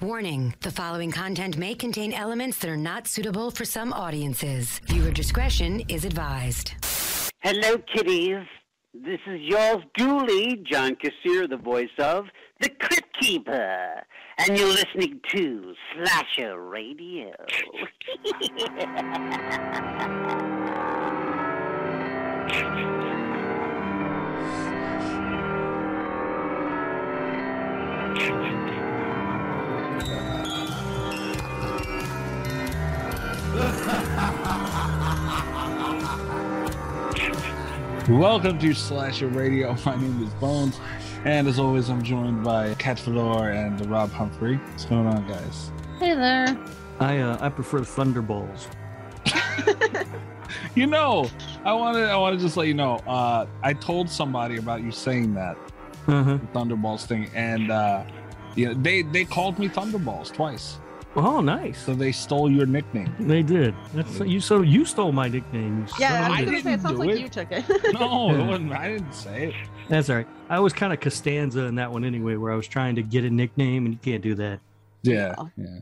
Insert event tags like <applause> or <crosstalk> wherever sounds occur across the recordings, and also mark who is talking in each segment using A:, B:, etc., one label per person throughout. A: Warning the following content may contain elements that are not suitable for some audiences. Viewer discretion is advised.
B: Hello, kitties. This is y'all's Dooley, John Kassir, the voice of The Crypt Keeper. And you're listening to Slasher Radio.
C: Welcome to Slasher Radio. <laughs> My name is Bones, and as always, I'm joined by Kat Fedor and Rob Humphrey. What's going on, guys?
D: Hey there.
E: I uh, I prefer thunderbolts.
C: You know, I want to I want to just let you know. Uh, I told somebody about you saying that
E: Uh-huh.
C: Thunderballs thing, and uh, you know, they they called me Thunderballs twice.
E: Oh, nice.
C: So they stole your
E: <laughs>
C: nickname.
E: They did. That's you. So you stole my nickname. you
D: Yeah,
E: son
D: I was
E: of
D: gonna
E: a-
D: say
C: didn't
D: it sounds
C: do
D: like
C: it.
D: you took it. <laughs>
C: No, it wasn't, I didn't say it.
E: That's all right. I was kind of Costanza in that one anyway, where I was trying to get a nickname, and you can't do that.
C: <laughs> Yeah,
D: Yeah.
C: yeah,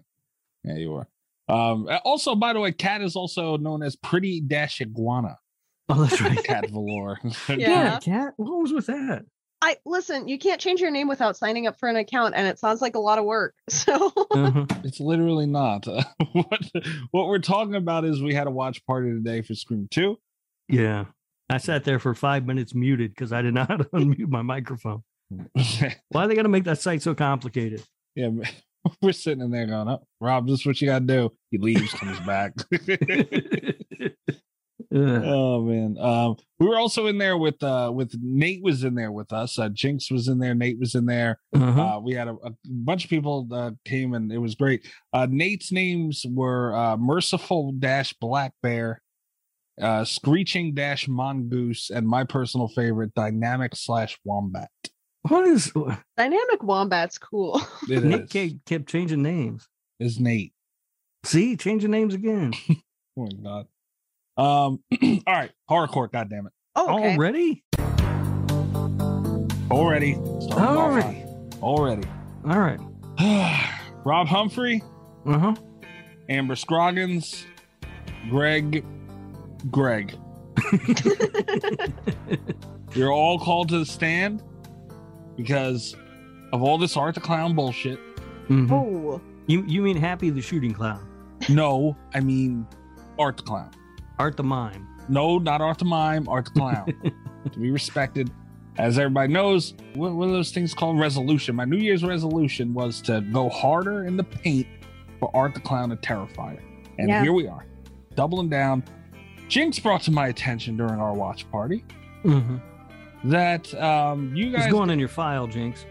C: yeah. You were. Um, also, by the way, Kat is also known as Pretty Dash Iguana.
E: Oh, that's right.
C: Kat Valor.
D: <laughs> Yeah.
E: cat. What was with that?
D: I listen. You can't change your name without signing up for an account, and it sounds like a lot of work. <laughs> So
E: <laughs> Uh-huh.
C: It's literally not. <laughs> what what we're talking about is we had a watch party today for Scream <laughs> 2.
E: Yeah. I sat there for five minutes muted because I did not <laughs> unmute my microphone. Why they got to make that site so complicated? <laughs>
C: yeah, <laughs> we're sitting in there going, oh, Rob, this is what you got to do. He leaves, comes back. <laughs>
E: Ugh.
C: oh man. Um we were also in there with uh with Nate was in there with us. Uh, Jinx was in there, Nate was in there.
E: Uh-huh.
C: Uh, we had a, a bunch of people uh, came and it was great. Uh, Nate's names were uh, Merciful Dash Black Bear, uh, Screeching Dash Mongoose, and my personal favorite, Dynamic Slash Wombat.
E: What is
D: dynamic wombat's cool. <laughs>
C: It
E: Nick
C: is,
E: kept, kept changing names?
C: is Nate.
E: See, changing
D: <laughs>
E: names again
C: Oh my god. Um, <clears throat> all right, horrorcore. God damn it,
D: Oh, okay.
E: already.
C: already. Starting off hot.
E: Already?
C: already.
E: All right.
C: <sighs> Rob Humphrey,
E: Uh huh.
C: Amber Scroggins, Greg, Greg. You're all called to the stand because of all this Art the Clown bullshit.
E: Mhm.
D: Oh,
E: You you mean Happy the Shooting Clown,
C: No, I mean Art the Clown.
E: Art the Mime?
C: No, not Art the Mime, Art the
E: <laughs>
C: Clown. to be respected. As everybody knows, one one of those things called resolution. My New Year's resolution was to go harder in the paint for Art the Clown and Terrifier. And
D: Yeah.
C: here we are, doubling down. Jinx brought to my attention during our watch party
E: Mm-hmm.
C: that um, you
E: It's
C: guys
E: going in your file, Jinx.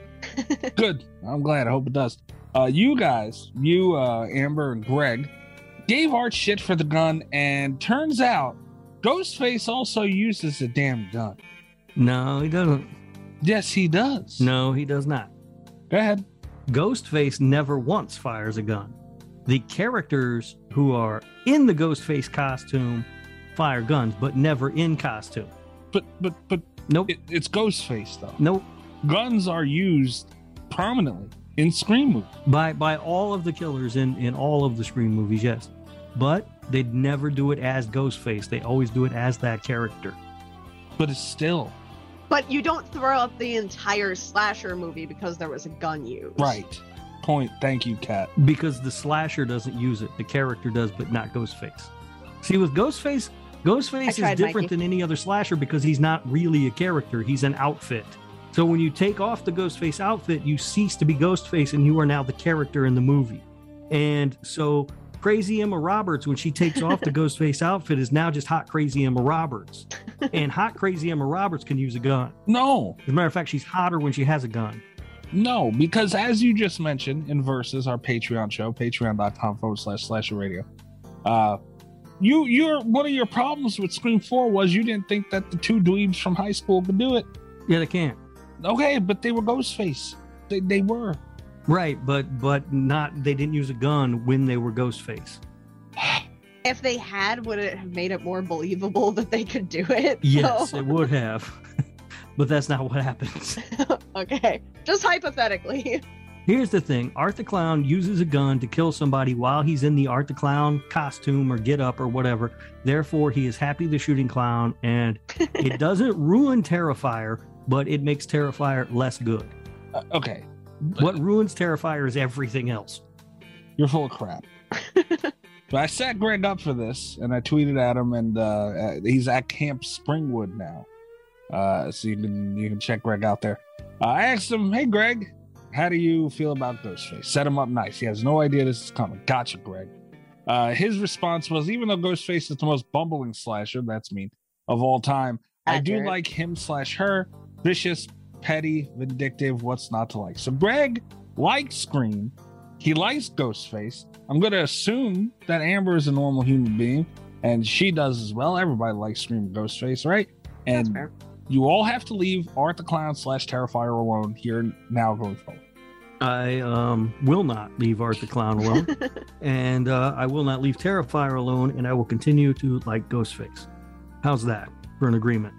C: good. I'm glad. I hope it does. Uh, you guys, you, uh, Amber and Greg, gave Art shit for the gun, and turns out Ghostface also uses a damn gun.
E: No, he doesn't.
C: Yes, he does.
E: No, he does not.
C: Go ahead.
E: Ghostface never once fires a gun. The characters who are in the Ghostface costume fire guns, but never in costume.
C: But but but
E: Nope.
C: it, it's Ghostface though.
E: nope.
C: Guns are used prominently in scream movies.
E: By by all of the killers in in all of the Scream movies, yes. But they'd never do it as Ghostface. They always do it as that character.
C: But it's still
D: but you don't throw up the entire slasher movie because there was a gun used.
C: right. Point. Thank you, Kat.
E: because the slasher doesn't use it. The character does, but not Ghostface. See, with Ghostface, Ghostface
D: I
E: is
D: tried,
E: different
D: Mikey.
E: than any other slasher because he's not really a character. He's an outfit. So when you take off the Ghostface outfit, you cease to be Ghostface and you are now the character in the movie. And so crazy Emma Roberts, when she takes
D: <laughs>
E: off the Ghostface outfit, is now just hot crazy Emma Roberts. And hot crazy Emma Roberts can use a gun.
C: No,
E: As a matter of fact, she's hotter when she has a gun.
C: no, because as you just mentioned in Versus, our Patreon show, patreon.com forward slash slasher radio, uh, you, your one of your problems with Scream 4 was you didn't think that the two dweebs from high school could do it.
E: Yeah, they can.
C: Okay, but they were Ghostface. They, they were.
E: Right, but but not they didn't use a gun when they were Ghostface.
D: If they had, would it have made it more believable <laughs> that they could do it? <laughs>
E: Yes,
D: So-
E: it would have. <laughs> but that's not what happens.
D: okay. Just hypothetically. <laughs>
E: Here's the thing Art the Clown uses a gun to kill somebody while he's in the Art the Clown costume or get up or whatever. Therefore, he is happy the shooting clown, and
D: <laughs>
E: it doesn't ruin Terrifier, but it makes Terrifier less good.
C: Uh, okay,
E: What ruins Terrifier is everything else.
C: you're full of crap. but I set Greg up for this, and I tweeted at him, and uh, uh, he's at Camp Springwood now. Uh, so you can you can check Greg out there. Uh, I asked him, "Hey, Greg, how do you feel about Ghostface?" Set him up nice. He has no idea this is coming. Gotcha, Greg. Uh, his response was, "Even though Ghostface is the most bumbling slasher, that's mean of all time, I do
D: Accurate.
C: like him slash her. Vicious, petty, vindictive. What's not to like?" So Greg likes Scream. He likes Ghostface. I'm going to assume that Amber is a normal human being and she does as well. Everybody likes Scream and Ghostface, right?
D: That's
C: And
D: fair.
C: you all have to leave Art the Clown slash Terrifier alone here and now going forward.
E: I um, will not leave Art the Clown alone,
D: <laughs>
E: and uh, I will not leave Terrifier alone, and I will continue to like Ghostface. How's that for an agreement?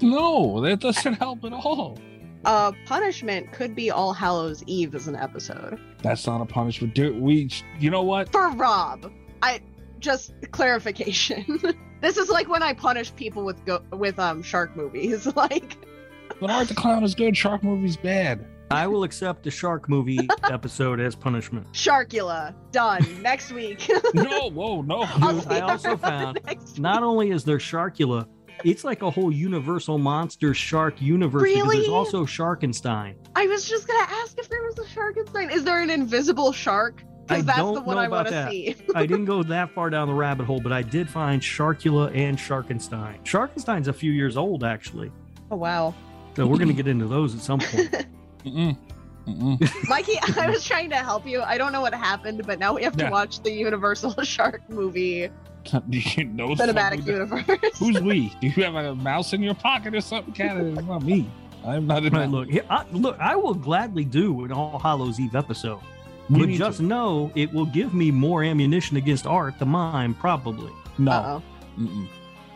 C: No, that doesn't <laughs> help at all.
D: Uh, punishment could be All Hallows Eve as an episode.
C: That's not a punishment. Dude, we, you know what?
D: For Rob. I just clarification. <laughs> this is like when I punish people with go- with um shark movies. <laughs> Like
C: But Art the Clown is good. Shark movie's bad.
E: I will accept the
D: <laughs>
E: shark movie episode as punishment.
D: Sharkula.
E: <laughs>
D: Done. Next week. <laughs>
C: No, whoa, no.
D: I'll
E: Dude,
D: see
E: I
D: you
E: also
D: around
E: found
D: next
E: not
D: week.
E: only is there Sharkula, it's like a whole universal monster shark universe because there's
D: Really?
E: also Sharkenstein.
D: I was just gonna ask if there was a shark inside. Is there an invisible shark?
E: I
D: Because that's
E: don't
D: the one
E: know
D: I
E: about
D: want to
E: that.
D: see. <laughs>
E: I didn't go that far down the rabbit hole, but I did find Sharkula and Sharkenstein. Sharkenstein's a few years old actually.
D: Oh wow.
E: So
D: <laughs>
E: we're gonna get into those at some point.
C: Mm-mm. Mm-mm.
D: Mikey, <laughs> I was trying to help you. I don't know what happened, but now we have
C: Yeah.
D: to watch the Universal <laughs> Shark movie
C: <laughs> you know
D: cinematic universe.
C: Who's we? Do you have a mouse in your pocket or something? Canada, it's not me. I'm not in
E: Right,
C: that.
E: <laughs> look, here- I, look, I will gladly do an All Hallows Eve episode,
C: We
E: but
C: need
E: just
C: to-
E: know it will give me more ammunition against Art the mime, probably.
C: no.
D: Uh-oh.
C: Mm-mm.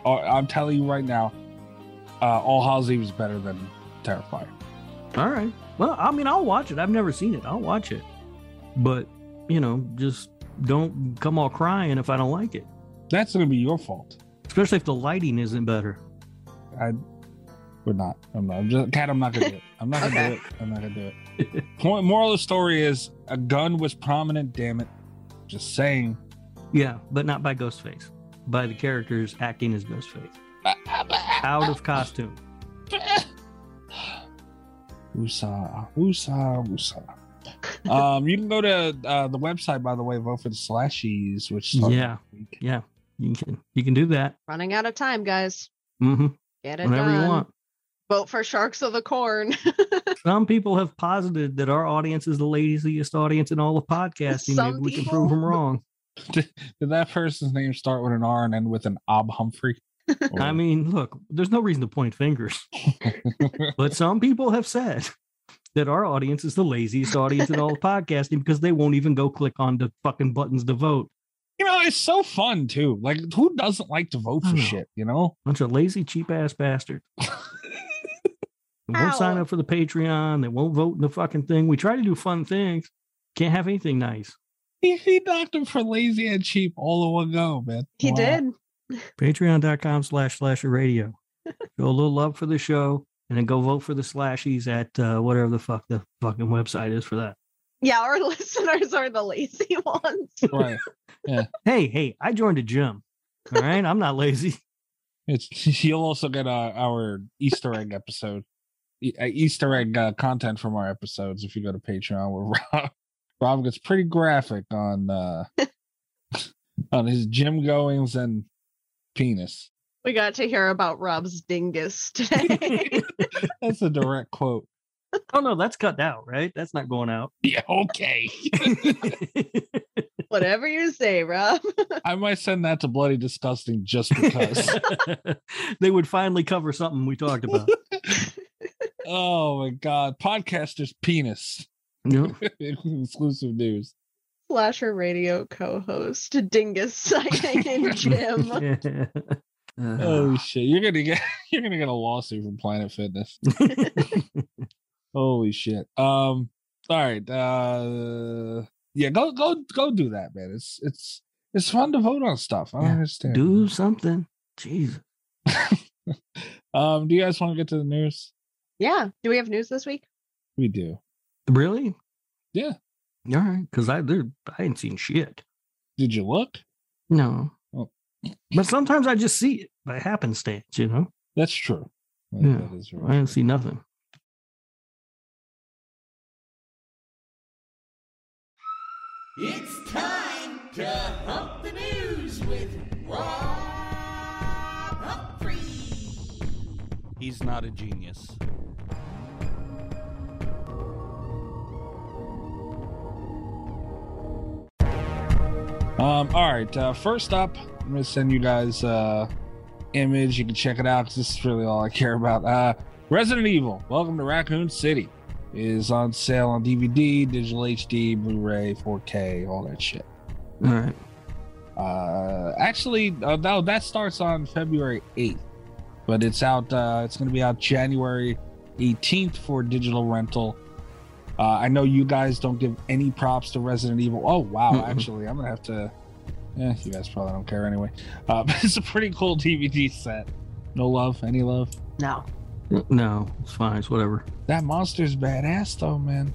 C: Uh, I'm telling you right now, uh, All Hallows Eve is better than Terrifier.
E: All right. Well, I mean, I'll watch it. I've never seen it. I'll watch it. But, you know, just don't come all crying if I don't like it,
C: That's gonna be your fault.
E: especially if the lighting isn't better. <laughs>
C: I we're not. I'm not. I'm just, Cat, I'm not gonna do it. I'm not gonna do it. I'm not gonna do it. Point, moral of the story is a gun was prominent. Damn it. Just saying.
E: Yeah, but not by Ghostface, by the characters acting as Ghostface. Out of costume.
C: <sighs> Usa, usa, usa. Um, you can go to uh, the website, by the way, vote for the slashies, which starts
E: Yeah.
C: next week.
E: Yeah, you can you can do that.
D: Running out of time, guys.
E: hmm
D: Get it
E: Whenever
D: done.
E: you want.
D: Vote for Sharks of the Corn. <laughs>
E: Some people have posited that our audience is the laziest audience in all of podcasting.
D: Some
E: Maybe we can
D: people?
E: prove them wrong.
C: Did that person's name start with an R and end with an Ob Humphrey? Or-
E: <laughs> I mean, look, there's no reason to point fingers, but some people have said that our audience is the laziest audience in all of podcasting because they won't even go click on the fucking buttons to vote.
C: you know, it's so fun too. Like, who doesn't like to vote
E: I
C: for
E: know.
C: shit? You know,
E: Bunch of lazy, cheap ass bastards. They won't sign
D: Ow.
E: up for the Patreon. They won't vote in the fucking thing. We try to do fun things. Can't have anything nice.
C: he, he knocked him for lazy and cheap all in one go, man.
D: He
C: Wow.
D: did.
E: patreon.com slash
C: <laughs>
E: slasher radio show a little love for the show and then go vote for the slashies at uh, whatever the fuck the fucking website is for that
D: Yeah, our <laughs> listeners are the lazy <laughs> ones.
C: right?
E: hey hey i joined a gym all right i'm not lazy <laughs>
C: <laughs> It's you'll also get uh, our Easter egg episode e- uh, Easter egg uh, content from our episodes if you go to Patreon where <laughs> Rob Rob gets pretty graphic on uh <laughs> on his gym goings and penis.
D: We got to hear about Rob's dingus <laughs>
E: <laughs>
D: today.
C: That's a direct quote.
E: Oh no, that's cut out, right? That's not going out.
C: Yeah, okay.
D: Whatever you say, Rob. <laughs>
C: I might send that to Bloody Disgusting just because.
E: <laughs> they would finally cover something we
C: <laughs>
E: talked about.
C: oh my god. Podcaster's penis. <laughs>
E: Yep.
C: Exclusive news.
D: Slasher radio co-host, dingus <laughs> sighting in
E: <laughs>
D: gym.
C: Oh shit. You're gonna get <laughs> you're gonna get a lawsuit from Planet Fitness. Holy shit. Um all right. Uh yeah, go go go do that, man. It's it's it's fun to vote on stuff. I don't
E: Yeah,
C: understand.
E: <laughs> Do something. Jesus.
C: um, do you guys want to get to the news?
D: yeah. Do we have news this week?
C: We do.
E: Really?
C: Yeah.
E: All right. Because I there I ain't seen shit.
C: Did you look?
E: No.
C: Oh.
E: But sometimes I just see it by happenstance, you know?
C: That's true. That-
E: Yeah,
C: that is
E: I
C: right.
E: didn't see nothing.
F: He's not a genius.
C: Um, all right. Uh, first up, I'm gonna send you guys uh image. You can check it out 'cause this is really all I care about. Uh, Resident Evil: Welcome to Raccoon City is on sale on DVD, digital HD, Blu-ray, 4K, all that shit.
E: All right.
C: Uh, actually, uh, no, that starts on February 8th, but it's out. Uh, it's going to be out January 18th for digital rental. Uh, I know you guys don't give any props to Resident Evil. Oh wow,
E: Mm-mm.
C: actually, I'm gonna have to. Eh, you guys probably don't care anyway. Uh, <laughs> but it's a pretty cool DVD set. No love, any love.
D: No.
E: No, it's fine. It's whatever.
C: That monster's badass though, man.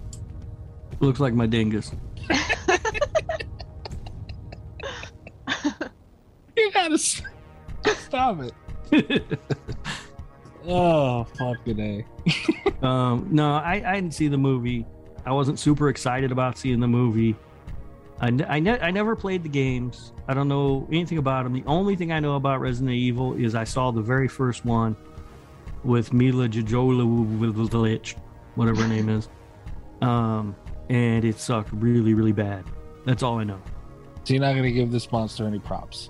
C: <laughs>
E: Looks like my dingus. <laughs>
C: You gotta s- stop it. Oh fucking a.
E: um, no, I, I didn't see the movie. I wasn't super excited about seeing the movie. I, ne- I, ne- I never played the games. I don't know anything about them. The only thing I know about Resident Evil is I saw the very first one with Mila Jojovich, whatever her name is, um, and it sucked really, really bad. That's all I know.
C: So you're not gonna give this monster any props.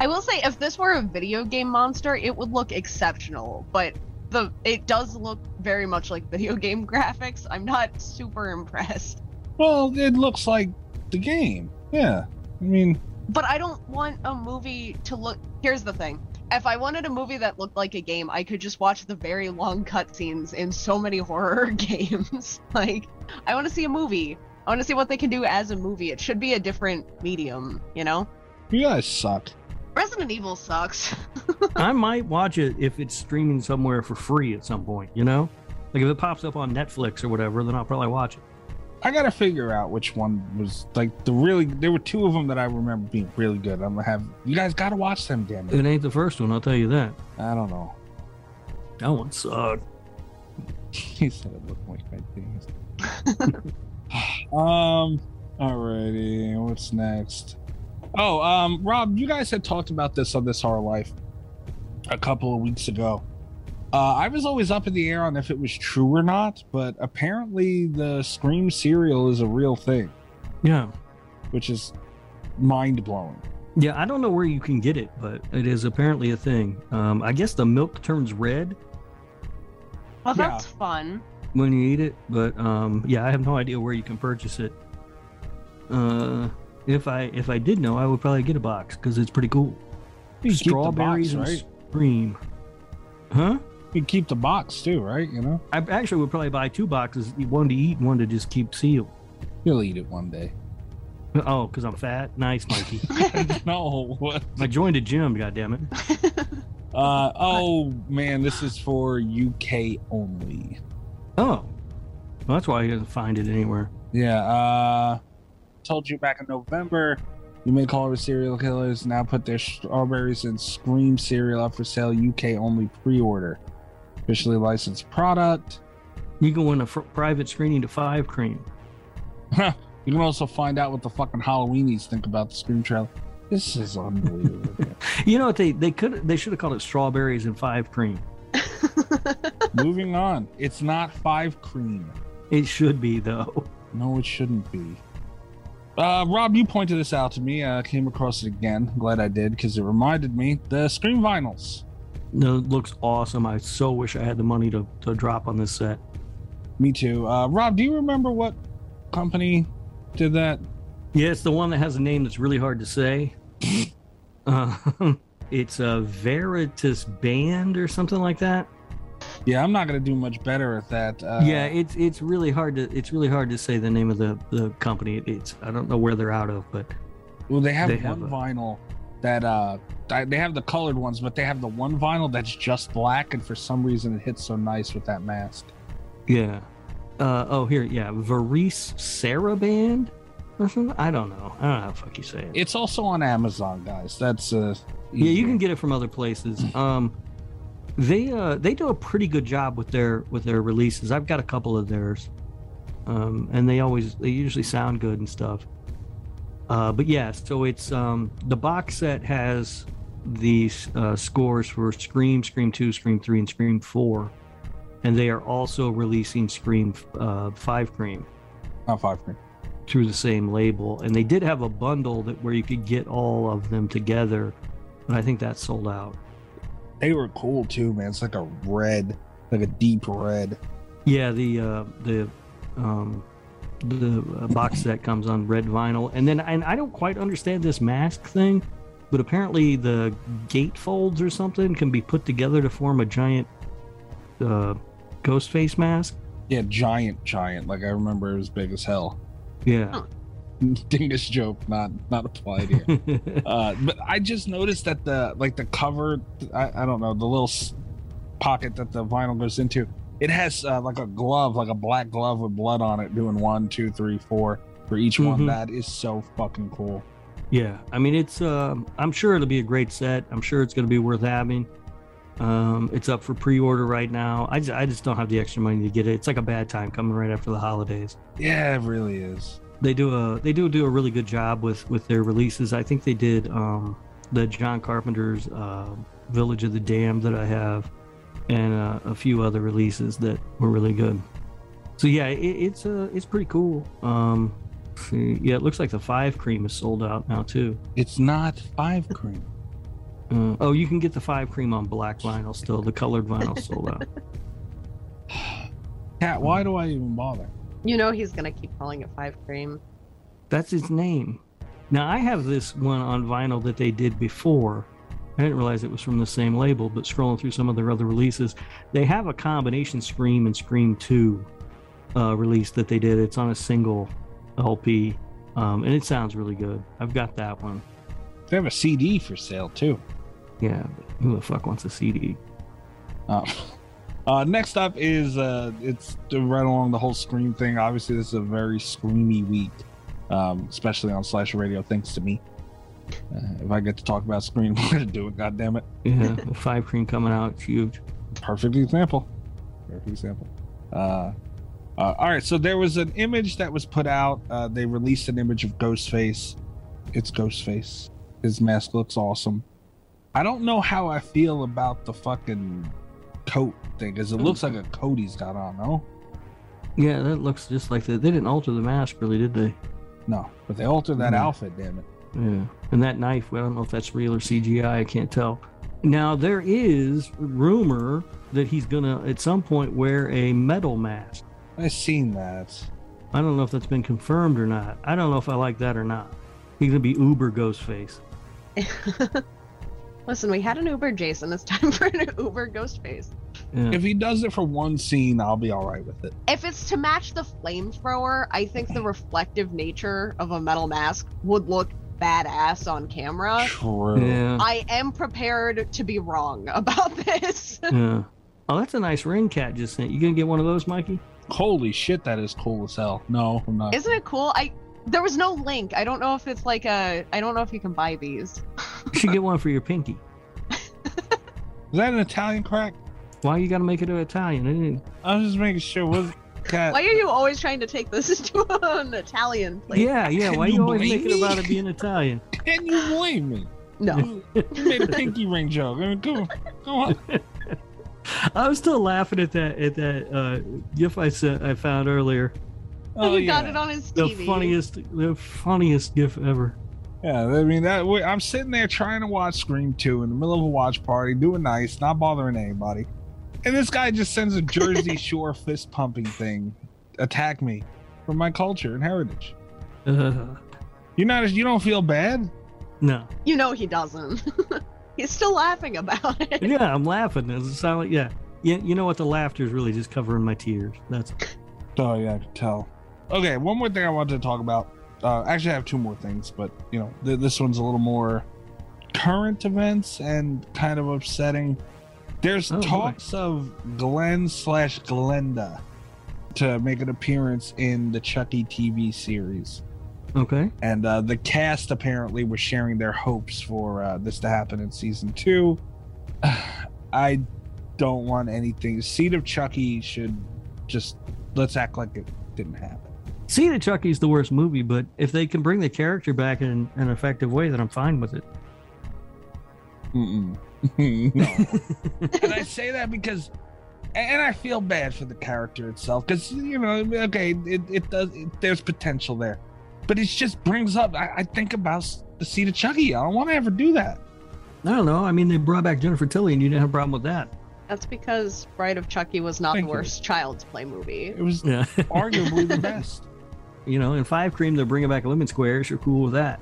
D: I will say if this were a video game monster, it would look exceptional, but the it does look very much like video game <laughs> graphics. I'm not super impressed.
C: Well, it looks like the game. Yeah. I mean,
D: But I don't want a movie to look here's the thing. If I wanted a movie that looked like a game, I could just watch the very long cutscenes in so many horror <laughs> games. like I wanna see a movie. I wanna see what they can do as a movie. It should be a different medium, you know?
C: you guys suck.
D: Resident Evil sucks. <laughs>
E: I might watch it if it's streaming somewhere for free at some point, you know? Like if it pops up on Netflix or whatever, then I'll probably watch it.
C: I gotta figure out which one was like the really. There were two of them that I remember being really good. I'm gonna have you guys gotta watch them, damn it.
E: It ain't the first one, I'll tell you that.
C: I don't know.
E: That one sucked.
C: <laughs> He said it looked like my things. <laughs> um. Alrighty. What's next? Oh, um, Rob, you guys had talked about this on This Our Life a couple of weeks ago. Uh, I was always up in the air on if it was true or not, but apparently the Scream serial is a real thing,
E: Yeah.
C: which is mind blowing.
E: Yeah, I don't know where you can get it, but it is apparently a thing. Um, I guess the milk turns red
D: Well
C: Yeah.
D: that's fun.
E: when you eat it, but um, yeah, I have no idea where you can purchase it. Uh, if I if I did know, I would probably get a box because it's pretty cool.
C: You keep the box,
E: Strawberries
C: right?
E: and cream. Huh?
C: You keep the box too, right? You know,
E: I actually would probably buy two boxes, one to eat, and one to just keep sealed.
C: you'll eat it one day.
E: Oh, because I'm fat. Nice,
C: <laughs>
E: Mikey.
C: no, what?
E: I joined a gym. God damn it.
C: Uh, oh man, this is for UK only.
E: Oh, well, that's why I didn't find it anywhere.
C: Yeah, uh, told you back in November. You may call over serial killers now put their strawberries and scream cereal up for sale UK only pre-order. officially licensed product.
E: You go in a fr- private screening to five cream.
C: you can also find out what the fucking Halloweenies think about the Scream trailer. This is unbelievable. dude.
E: You know what they they could they should have called it strawberries and five cream.
C: Moving on. It's not five cream.
E: It should be though.
C: No, it shouldn't be. Uh, Rob, you pointed this out to me. Uh, I came across it again. Glad I did because it reminded me the Scream vinyls.
E: No, it looks awesome. I so wish I had the money to, to drop on this set.
C: Me too. Uh, Rob, do you remember what company did that?
E: Yeah, it's the one that has a name that's really hard to say. <laughs> uh, <laughs> it's a Veritas band or something like that.
C: Yeah, I'm not gonna do much better at that. Uh,
E: yeah, it's it's really hard to it's really hard to say the name of the the company. It, it's I don't know where they're out of, but
C: Well, they have
E: They have
C: one
E: a-
C: vinyl that uh di- they have the colored ones, but they have the one vinyl that's just black, and for some reason it hits so nice with that mask.
E: yeah. Uh, oh, here, yeah, Verice Sarah band or something. I don't know. I don't know how the fuck you say it.
C: It's also on Amazon, guys. That's uh
E: yeah you
C: easier.
E: can get it from other places um they uh they do a pretty good job with their with their releases i've got a couple of theirs um and they always they usually sound good and stuff uh but yeah so it's um the box set has these uh scores for scream scream 2 scream 3 and scream 4 and they are also releasing scream uh 5 cream
C: not five cream.
E: through the same label and they did have a bundle that where you could get all of them together but i think that sold out
C: They were cool too, man. It's like a red, like a deep red.
E: Yeah, the uh, the um, the uh, box set comes on red vinyl, and then and I don't quite understand this mask thing, but apparently the gate folds or something can be put together to form a giant uh, ghost face mask.
C: Yeah, giant, giant. Like I remember it was big as hell. <laughs>
E: Yeah,
C: Dingus joke, not not applied here.
E: <laughs>
C: uh, but I just noticed that the like the cover, I, I don't know, the little s- pocket that the vinyl goes into, it has uh, like a glove, like a black glove with blood on it, doing one, two, three, four for each one.
E: Mhm.
C: That is so fucking cool.
E: yeah. I mean, it's um, I'm sure it'll be a great set. I'm sure it's going to be worth having. Um, it's up for pre-order right now. I just, I just don't have the extra money to get it. It's like a bad time coming right after the holidays.
C: Yeah, it really is.
E: they do a they do do a really good job with with their releases. I think they did um, the John Carpenter's uh, Village of the Dam that I have, and uh, a few other releases that were really good. So yeah, it, it's uh, it's pretty cool. Um, let's see. yeah, it looks like the five cream is sold out now too.
C: It's not five cream.
E: Uh, oh, you can get the five cream on black vinyl still. The colored vinyl sold out.
C: Cat, why do I even bother?
D: You know he's gonna keep calling it Five Cream. <laughs>
E: That's its name. Now I have this one on vinyl that they did before. I didn't realize it was from the same label, but scrolling through some of their other releases, they have a combination Scream and Scream 2 uh, release that they did. It's on a single LP, um, and it sounds really good. I've got that one.
C: They have a CD for sale too.
E: Yeah, but who the fuck wants a CD?
C: Uh, uh, next up is uh, it's right along the whole Scream thing. Obviously, this is a very Screamy week, um, especially on Slash Radio. Thanks to me, uh, if I get to talk about Scream, <laughs> I'm gonna do it. God damn it!
E: Yeah, the Five Cream coming out, it's huge.
C: Perfect example. Perfect example. Uh, uh, all right, so there was an image that was put out. Uh, they released an image of Ghostface. It's Ghostface. His mask looks awesome. I don't know how I feel about the fucking coat thing because it looks like a coat he's got on. No,
E: Yeah, that looks just like that. They didn't alter the mask, really, did they?
C: no, but they altered that
E: Mhm.
C: outfit. Damn it!
E: Yeah. And that knife, well, I don't know if that's real or CGI. I can't tell. Now, there is rumor that he's going to, at some point, wear a metal mask.
C: I seen that.
E: I don't know if that's been confirmed or not. I don't know if I like that or not. He's going to be uber Ghostface.
D: Listen, we had an Uber Jason. It's time <laughs> for an Uber Ghostface.
E: Yeah.
C: If he does it for one scene, I'll be all right with it.
D: If it's to match the flamethrower, I think the reflective nature of a metal mask would look badass on camera.
C: True.
E: yeah.
D: I am prepared to be wrong <laughs> about this.
E: yeah. Oh, that's a nice ring cat just sent. You going to get one of those, Mikey?
C: Holy shit, that is cool as hell. No, I'm not.
D: Isn't it cool? I there was no link. I don't know if it's like a I don't know if you can buy these.
E: You should get one for your pinky.
C: Is that an Italian crack?
E: Why you got to make it Italian? It ain't-
C: I was just making sure. What cat?
D: Why are you always trying to take this <laughs> to an Italian place?
E: yeah, yeah.
C: can
E: Why
C: you
E: you always
C: blame
E: make it about
C: me?
E: it being Italian?
C: Can you blame me?
D: No.
C: You you made a pinky ring joke. I mean, come on, come on.
D: <laughs>
E: I was still laughing at that at that uh, gif I sent I found earlier.
C: Oh,
D: he got
C: yeah.
D: it on his
E: The
D: TV.
E: funniest, the funniest gif ever. <laughs>
C: Yeah, I mean that. we- I'm sitting there trying to watch Scream Two in the middle of a watch party, doing nice, not bothering anybody, and this guy just sends a Jersey Shore fist pumping thing, attack me for my culture and heritage.
E: Uh,
C: You're not. You don't feel bad.
E: no,
D: You know he doesn't. <laughs> He's still laughing about it.
E: yeah, I'm laughing. It's a silent, yeah. You, you know what? The laughter is really just covering my tears. That's
C: Oh yeah, I can tell. Okay, one more thing I wanted to talk about. Uh, actually, I have two more things, but you know, th- this one's a little more current events and kind of upsetting. There's
E: Oh, boy.
C: talks of Glenn slash Glenda to make an appearance in the Chucky TV series,
E: okay.
C: and uh, the cast apparently was sharing their hopes for uh, this to happen in season two. <sighs> I don't want anything. Seed of Chucky should just let's act like it didn't happen.
E: See that Chucky's the worst movie, but if they can bring the character back in an effective way, then I'm fine with it.
C: Mm-mm. <laughs> no. and I say that because, and I feel bad for the character itself because you know, okay, it, it does. It, there's potential there, but it just brings up. I, I think about s- the seat of Chucky. I don't want to ever do that.
E: I don't know. I mean, they brought back Jennifer Tilly, and you didn't have a problem with that.
D: That's because Bride of Chucky was not
C: Thank
D: the
C: you.
D: worst child's play movie.
C: It was
E: Yeah,
C: arguably the best.
E: <laughs> you know, in Five Cream, they're bringing back Lemon Squares. You're cool with that.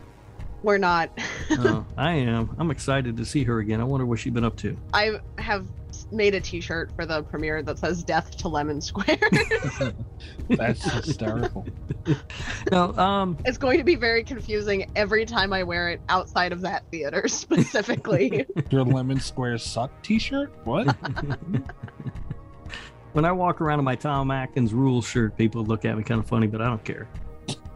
D: We're not.
E: oh, I am. I'm excited to see her again. I wonder what she's been up to.
D: I have made a T-shirt for the premiere that says "Death to Lemon Square." <laughs>
C: That's hysterical.
E: No, um,
D: it's going to be very confusing every time I wear it outside of that theater <laughs> specifically.
C: Your lemon squares suck T-shirt. <laughs> What?
E: when I walk around in my Tom Atkins rules shirt, people look at me kind of funny, but I don't care.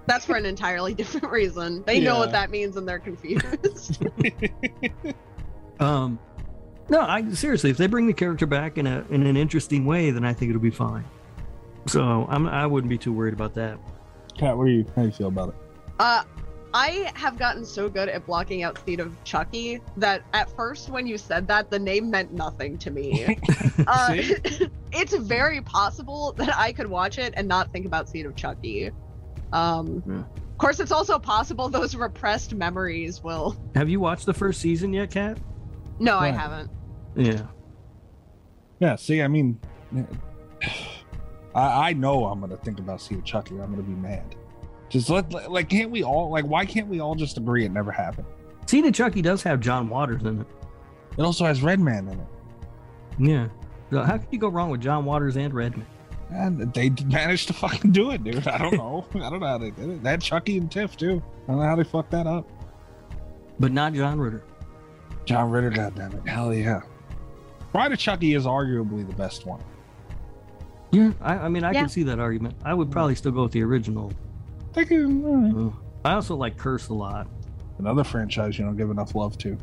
D: That's for an entirely different reason. They know what
C: Yeah.
D: that means and they're confused. <laughs>
E: Um, no, I seriously, if they bring the character back in a in an interesting way, then I think it'll be fine. So I'm I wouldn't be too worried about that.
C: Cat, what do you how do you feel about it?
D: Uh, I have gotten so good at blocking out Seed of Chucky that at first, when you said that, the name meant nothing to
E: <laughs>
D: me. uh,
C: See?
D: <laughs> it's very possible that I could watch it and not think about Seed of Chucky. Um,
E: Yeah.
D: Of course, it's also possible those repressed memories will. <laughs>
E: Have you watched the first season yet, Kat?
D: No, I
C: Right.
D: haven't.
E: Yeah.
C: Yeah, see, I mean, <sighs> I, I know I'm gonna think about Steve Chucky. I'm gonna be mad. Just let like, can't we all like? Why can't we all just agree it never happened?
E: Tina Chucky does have John Waters in it.
C: It also has Redman in it,
E: Yeah. So how could you go wrong with John Waters and Redman?
C: and they d- managed to fucking do it, dude. I don't know. <laughs> I don't know how they did it. That Chucky and Tiff too. I don't know how they fucked that up.
E: But not John Ritter.
C: John Ritter, goddamn it, hell yeah. Bride of Chucky is arguably the best one.
E: Yeah. I, I mean I
D: Yeah.
E: can see that argument. I would probably still go with the original.
C: They can- all right.
E: Uh, I also like Curse a lot.
C: Another franchise you don't give enough love to.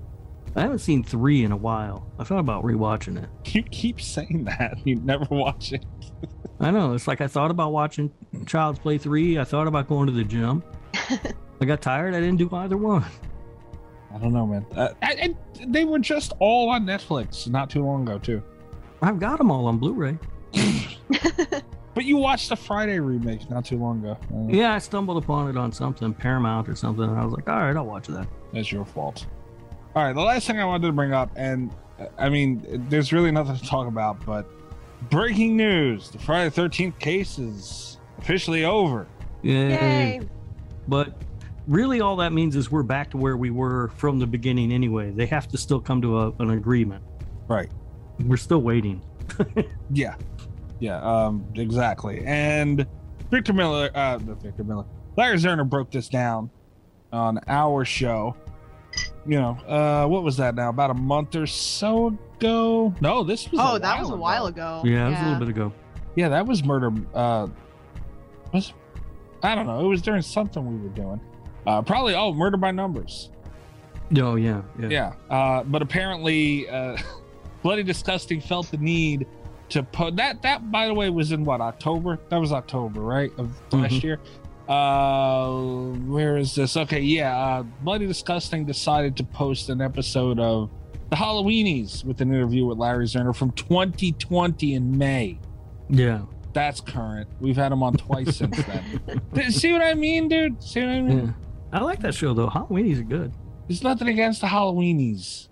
E: I haven't seen three in a while. I thought about rewatching it.
C: You keep saying that. <laughs> You never watch it.
E: I know. It's like I thought about watching Child's Play 3. I thought about going to the <laughs> gym. I got tired. I didn't do either one.
C: I don't know, man. Uh, I, I, they were just all on Netflix not too long ago, too.
E: I've got them all on Blu ray.
C: But you watched the Friday remake not too long ago. Uh,
E: Yeah, I stumbled upon it on something, Paramount or something. And I was like, all right, I'll watch that.
C: That's your fault. All right, the last thing I wanted to bring up, and uh, I mean, there's really nothing to talk about, but breaking news: the Friday Thirteenth case is officially over.
E: Yay.
D: Yay!
E: But really, all that means is we're back to where we were from the beginning anyway. They have to still come to a, an agreement.
C: Right.
E: We're still waiting.
C: Yeah, yeah, um, exactly. And Victor Miller, uh, not Victor Miller, Larry Zerner broke this down on our show. You know, uh, what was that now? About a month or so ago? No, this was.
D: Oh, that was a while
C: ago.
D: ago.
E: Yeah, it was a little bit ago.
C: Yeah, that was murder. Uh, was I don't know. It was during something we were doing. Uh, probably oh, murder by numbers.
E: Oh, yeah. Yeah.
C: Yeah. Uh, <laughs> but apparently, uh, Bloody Disgusting felt the need to put that. That, by the way, was in what October? That was October, right, of
E: Mm-hmm.
C: last year. Uh, where is this? Okay, yeah. Uh, Bloody Disgusting decided to post an episode of The Halloweenies with an interview with Larry Zerner from 2020 in May.
E: Yeah.
C: That's current. We've had him on twice since
E: <laughs>
C: then. Th- See what I mean, dude? See what I mean?
E: yeah. I like that show though. Halloweenies are good.
C: There's nothing against the Halloweenies.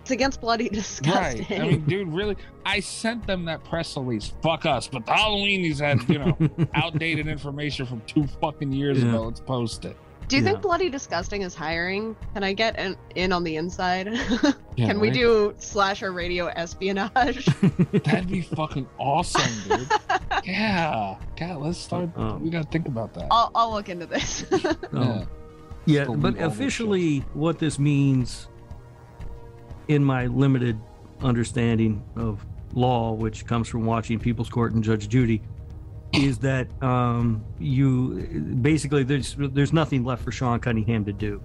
D: It's against bloody disgusting.
C: Right. I mean, dude, really, I sent them that press release. Fuck us. But the Halloweenies had, you
E: <laughs>
C: know, outdated information from two fucking years
E: Yeah.
C: ago. Let's post it.
D: <laughs> do you
E: Yeah.
D: think bloody disgusting is hiring? Can I get an, in on the inside? <laughs>
C: Yeah,
D: Can we
C: right?
D: do slasher radio espionage? <laughs>
E: <laughs>
C: That'd be fucking awesome, dude. yeah. God, let's start.
E: Um,
C: we got to think about that.
D: I'll, I'll look into this. <laughs>
C: yeah.
E: Um, yeah,
C: Believe all that
E: but
C: shit.
E: officially, what this means, in my limited understanding of law, which comes from watching People's Court and Judge Judy, is that um, you basically there's there's nothing left for Sean Cunningham to do.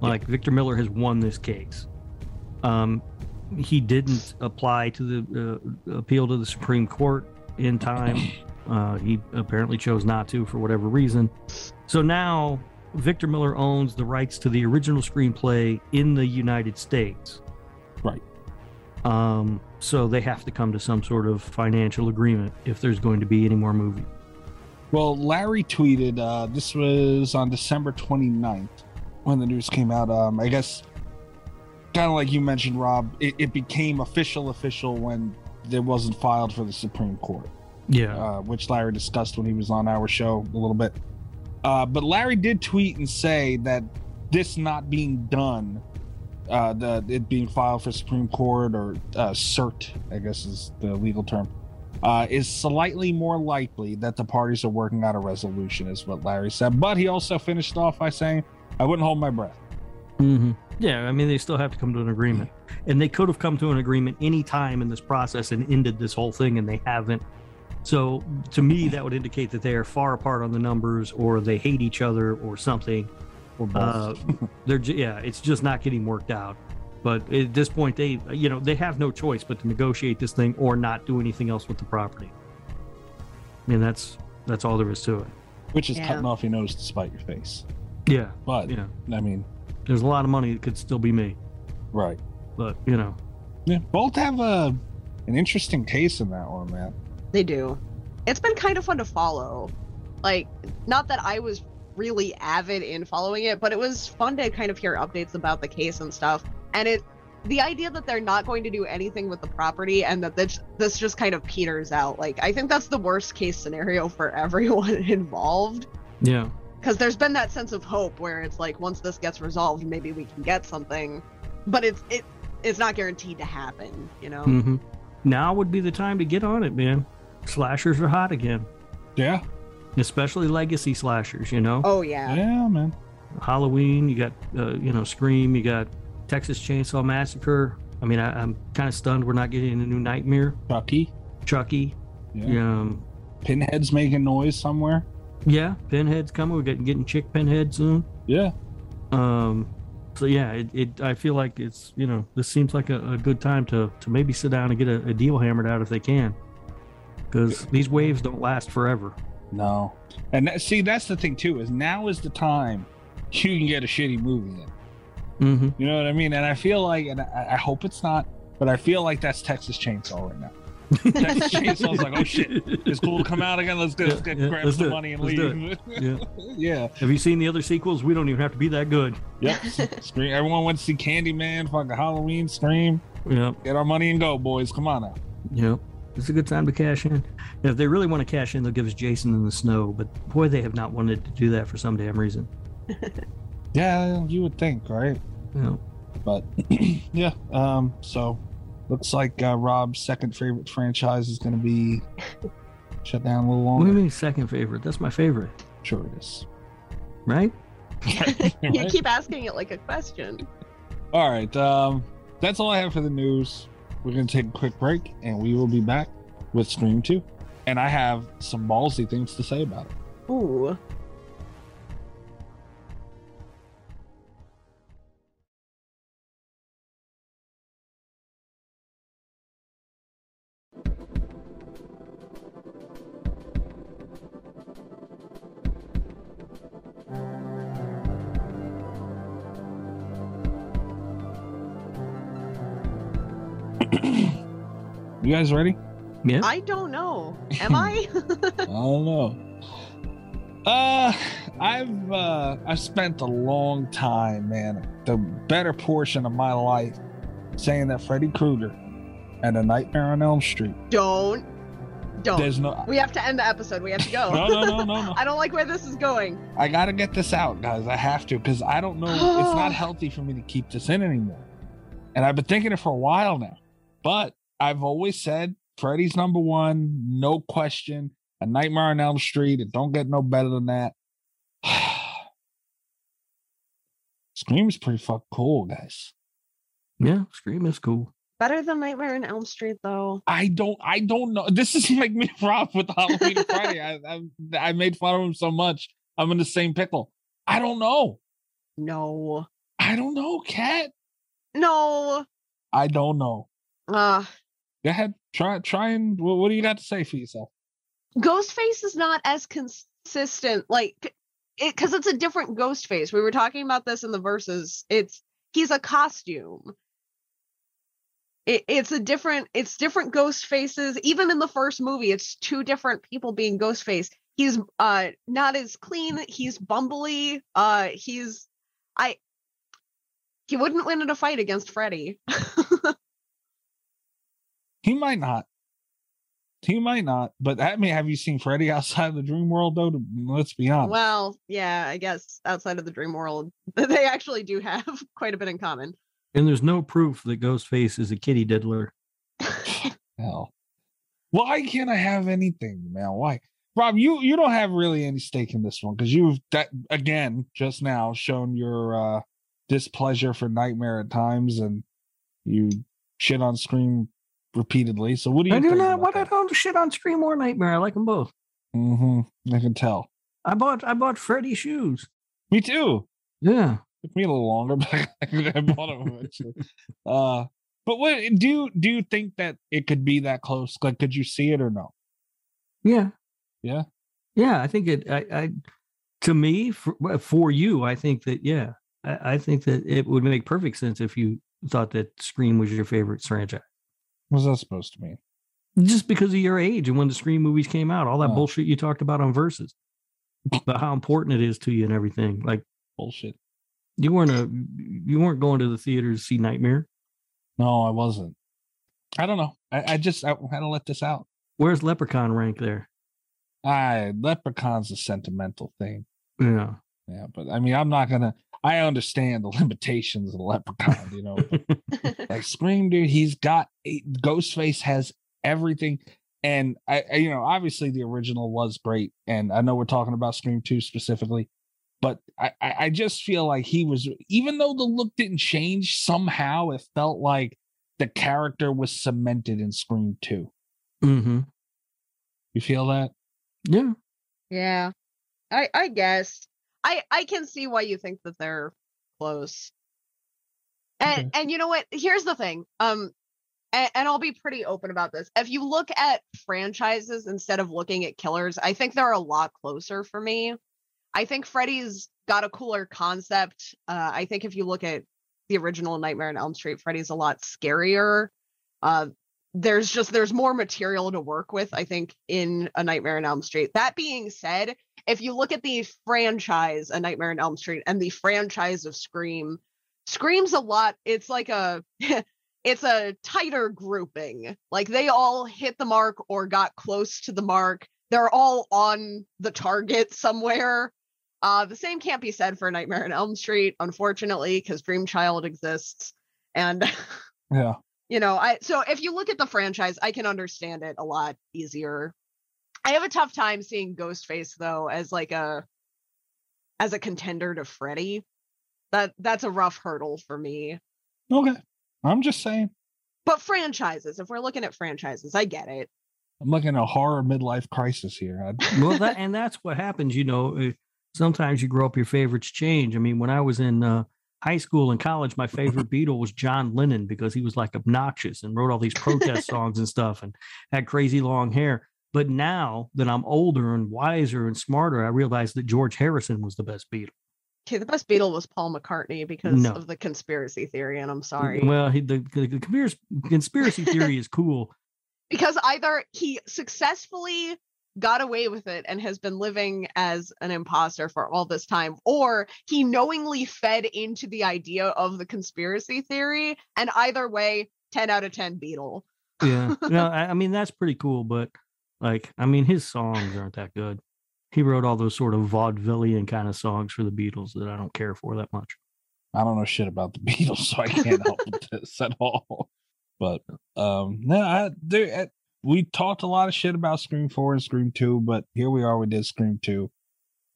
E: Like Victor Miller has won this case. Um, he didn't apply to the uh, appeal to the Supreme Court
C: <clears throat>
E: in time. Uh, he apparently chose not to for whatever reason. So now Victor Miller owns the rights to the original screenplay in the United States.
C: Right.
E: Um, so they have to come to some sort of financial agreement if there's going to be any more movie.
C: Well, Larry tweeted, uh, this was on December 29th when the news came out. Um, I guess, kind of like you mentioned, Rob, it, it became official, official when it wasn't filed for the Supreme Court.
E: Yeah.
C: uh, which Larry discussed when he was on our show a little bit. Uh, but Larry did tweet and say that this not being done, uh, the it being filed for Supreme Court or uh, cert, I guess is the legal term, uh, is slightly more likely that the parties are working out a resolution, is what Larry said. But he also finished off by saying, "I wouldn't hold my breath."
E: hmm Yeah. I mean, they still have to come to an agreement. And they could have come to an agreement any time in this process and ended this whole thing, and they haven't. So to me, that would indicate that they are far apart on the numbers or they hate each other or something.
C: Or both.
E: Uh, they're ju- yeah, it's just not getting worked out. But at this point, they you know they have no choice but to negotiate this thing or not do anything else with the property. I mean that's that's all there is to it.
C: which is
D: yeah.
C: cutting off your nose to spite your face.
E: Yeah,
C: But
E: yeah.
C: I mean,
E: There's a lot of money that could still be made,
C: right?
E: but you know,
C: Yeah, both have a an interesting case in that one, man.
D: They do. It's been kind of fun to follow. Like, not that I was really avid in following it, but it was fun to kind of hear updates about the case and stuff. And it, the idea that they're not going to do anything with the property and that this this just kind of peters out. Like, I think that's the worst case scenario for everyone <laughs> involved.
E: yeah,
D: Because there's been that sense of hope where it's like, once this gets resolved, maybe we can get something. But it's it it's not guaranteed to happen, you know.
E: hmm now would be the time to get on it, man. Slashers are hot again,
C: Yeah,
E: especially legacy slashers. You know,
D: Oh yeah.
C: yeah, man.
E: Halloween, you got uh, you know Scream, you got Texas Chainsaw Massacre. I mean, I, I'm kind of stunned we're not getting a new Nightmare,
C: Chucky.
E: Chucky.
C: Yeah.
E: Um,
C: Pinhead's making noise somewhere.
E: yeah, Pinhead's coming. We're getting getting Chick Pinhead soon.
C: Yeah.
E: Um, so yeah, it, it I feel like it's you know this seems like a, a good time to to maybe sit down and get a, a deal hammered out if they can, because these waves don't last forever.
C: No. And that, see, that's the thing too. Is now is the time you can get a shitty movie in.
E: Mm-hmm.
C: You know what I mean? And I feel like, and I, I hope it's not, but I feel like that's Texas Chainsaw right now. Texas Chainsaw's like, oh shit, it's cool to come out again. Let's go,
E: Yeah,
C: let's get,
E: yeah,
C: grab
E: let's
C: some
E: do it.
C: money and
E: Let's do
C: leave.
E: Yeah.
C: <laughs> yeah.
E: <laughs> Have you seen the other sequels? We don't even have to be that good.
C: Yep. Scream. Everyone went to see Candyman, fucking Halloween, Scream.
E: Yep.
C: Get our money and go, boys. Come on now.
E: Yep. It's a good time to cash in. If they really want to cash in, they'll give us Jason in the snow, but boy, they have not wanted to do that for some damn reason.
C: Yeah, you would think, right?
E: You know,
C: but <clears throat> yeah um so looks like uh, rob's second favorite franchise is going to be <laughs> shut down a little
E: what do
C: longer
E: you mean second favorite? That's my favorite,
C: sure it is
E: right?
D: you
C: Right?
D: keep asking it like a question.
C: all right um that's all i have for the news we're going to take a quick break and we will be back with scream 2 and i have some ballsy things to say about it
D: Ooh.
C: You guys ready?
E: Yeah.
D: I don't know.
C: <laughs>
D: Am I?
C: I don't know. Uh, I've uh, I've spent a long time, man, the better portion of my life, saying that Freddy Krueger and A Nightmare on Elm Street.
D: don't. Don't.
C: There's no,
D: We have to end the episode. We have to go.
C: no, no, no, no, no.
D: <laughs> I don't like where this is going.
C: I gotta get this out, guys. I have to because I don't know. it's not healthy for me to keep this in anymore. And I've been thinking it for a while now. But I've always said Freddy's number one, no question. A Nightmare on Elm Street. It don't get no better than that. <sighs> Scream is pretty fuck cool, guys.
E: Yeah, Scream is cool.
D: Better than Nightmare on Elm Street, though.
C: I don't. I don't know. This is <laughs> like me, and Rob, with Halloween and Friday. I, I I made fun of him so much. I'm in the same pickle. I don't know.
D: No.
C: I don't know, Cat.
D: No.
C: I don't know.
D: Uh,
C: Go ahead. Try try and what, what do you got to say for yourself?
D: Ghostface is not as consistent. Like, c- it because it's a different Ghostface. We were talking about this in the verses. It's he's a costume. It, it's a different. It's different ghost faces. Even in the first movie, it's two different people being Ghostface. He's uh not as clean. He's bumbly. Uh, he's I. He wouldn't win in a fight against Freddy.
C: He might not. He might not. But I mean, have you seen Freddy outside the dream world though? To- Let's be honest.
D: Well, yeah, I guess outside of the dream world, <laughs> they actually do have quite a bit in common. <laughs>
E: And there's no proof that Ghostface is a kitty diddler.
C: Hell. Why can't I have anything, man? Why, Rob? You you don't have really any stake in this one because you've that again just now shown your uh displeasure for Nightmare at times, and you shit on Scream repeatedly. So what do you?
E: I do
C: think
E: not.
C: about
E: What I
C: that?
E: don't shit on Scream or Nightmare. I like them both.
C: Mm-hmm. I can tell.
E: I bought I bought Freddy shoes.
C: Me too.
E: Yeah.
C: Took me a little longer, <laughs> but I, I bought it eventually. uh, but what do you do you think that it could be that close? Like, could you see it or no?
E: Yeah.
C: Yeah.
E: Yeah. I think it. I. I to me, for, well, for you, I think that yeah, I, I think that it would make perfect sense if you thought that Scream was your favorite franchise,
C: What's that supposed to mean?
E: just because of your age and when the Scream movies came out, all that
C: Oh.
E: bullshit you talked about on Versus, about how important it is to you and everything. Like
C: Bullshit.
E: you weren't a, you weren't going to the theater to see Nightmare.
C: No, I wasn't. I don't know. I, I just I had to let this out.
E: Where's Leprechaun rank there?
C: I leprechaun's a sentimental thing.
E: Yeah.
C: Yeah, but I mean, I'm not gonna. I understand the <laughs> limitations of the leprechaun, you know. but, like Scream, dude, he's got eh, Ghostface has everything, and I, I, you know, obviously the original was great, and I know we're talking about Scream Two specifically, but I, I I just feel like he was, even though the look didn't change, somehow it felt like the character was cemented in Scream Two.
E: Mm-hmm.
C: You feel that?
E: Yeah.
D: <laughs> Yeah, I I guess I I can see why you think that they're close. And and you know what? Here's the thing. Um, and, and I'll be pretty open about this. If you look at franchises instead of looking at killers, I think they're a lot closer for me. I think Freddy's got a cooler concept. Uh, I think if you look at the original Nightmare on Elm Street, Freddy's a lot scarier. Uh, there's just there's more material to work with i think in a nightmare on elm street that being said if you look at the franchise a nightmare on elm street and the franchise of scream screams a lot it's like a <laughs> it's a tighter grouping like they all hit the mark or got close to the mark they're all on the target somewhere uh the same can't be said for nightmare on elm street unfortunately because dream child exists and <laughs>
C: Yeah.
D: you know i so if you look at the franchise i can understand it a lot easier i have a tough time seeing ghostface though as like a as a contender to freddy that that's a rough hurdle for me
C: Okay. I'm just saying.
D: but franchises if we're looking at franchises i get it
C: I'm looking at a horror midlife crisis here. I,
E: Well, that and that's what happens. You know, eh, sometimes you grow up, your favorites change. I mean, when I was in uh, high school and college, my favorite Beatle was John Lennon because he was like obnoxious and wrote all these protest songs and stuff and had crazy long hair. But now that I'm older and wiser and smarter, I realize that George Harrison was the best Beatle.
D: Okay, the best Beatle was Paul McCartney because
E: No.
D: of the conspiracy theory, and I'm sorry.
E: Well, he, the, the, the conspiracy- conspiracy theory is cool.
D: Because either he successfully got away with it and has been living as an imposter for all this time, or he knowingly fed into the idea of the conspiracy theory, and either way, 10 out of 10 Beatle.
E: Yeah. <laughs> No, I, I mean that's pretty cool, but like I mean his songs aren't that good. He wrote all those sort of vaudevillian kind of songs for the Beatles that I don't care for that much.
C: I don't know shit about the <laughs> Beatles, so I can't help with this at all. But um no, I, there, I, we talked a lot of shit about Scream Four and Scream Two, but here we are. We did Scream Two.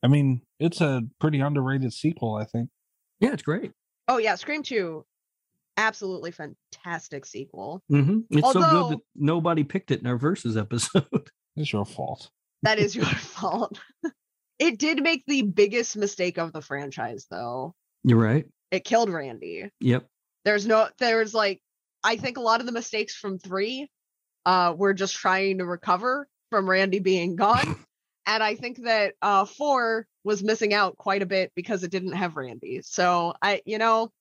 C: I mean, it's a pretty underrated sequel, I think.
E: Yeah, it's great.
D: Oh, yeah, Scream 2, absolutely fantastic sequel.
E: hmm It's so
D: Although-
E: good that nobody picked it in our versus episode. <laughs>
C: It's your fault.
D: That is your <laughs> fault. It did make the biggest mistake of the franchise, though.
E: You're right.
D: It killed Randy.
E: Yep.
D: There's no, there's like, I think a lot of the mistakes from three uh, were just trying to recover from Randy being
E: <laughs>
D: gone. and I think that uh, four was missing out quite a bit because it didn't have Randy. So I, you know,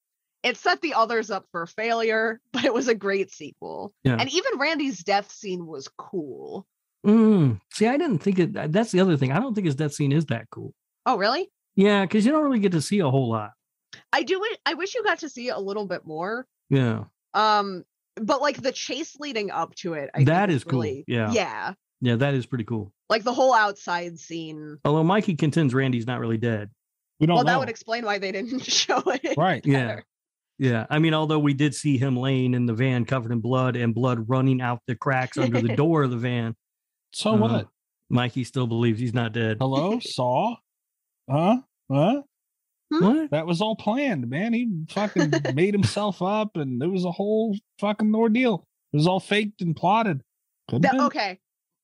D: it set the others up for failure, <laughs> but it was a great sequel.
E: Yeah.
D: And even Randy's death scene was cool.
E: Mm. See, I didn't think it. That's the other thing. I don't think his death scene is that cool.
D: Oh, really?
E: Yeah, because you don't really get to see a whole lot.
D: I do wi- I wish you got to see it a little bit more.
E: Yeah.
D: Um but like the chase leading up to it, I
E: That
D: think
E: is cool,
D: really-
E: yeah.
D: Yeah.
E: Yeah, that is pretty cool.
D: Like the whole outside scene.
E: Although Mikey contends Randy's not really dead.
C: We don't
D: well,
C: know.
D: that would <laughs> explain why they didn't show it.
C: right.
E: Yeah. Yeah. I mean, although we did see him laying in the van covered in blood and blood running out the cracks
D: <laughs>
E: under the door of the van.
C: So
E: uh,
C: what?
E: Mikey still believes he's not dead.
C: Hello, Saw? Huh? Huh?
E: What?
C: That was all planned, man. He
D: <laughs>
C: fucking made himself up and it was a whole fucking ordeal. It was all faked and plotted. Could've
D: The-
C: been.
D: okay.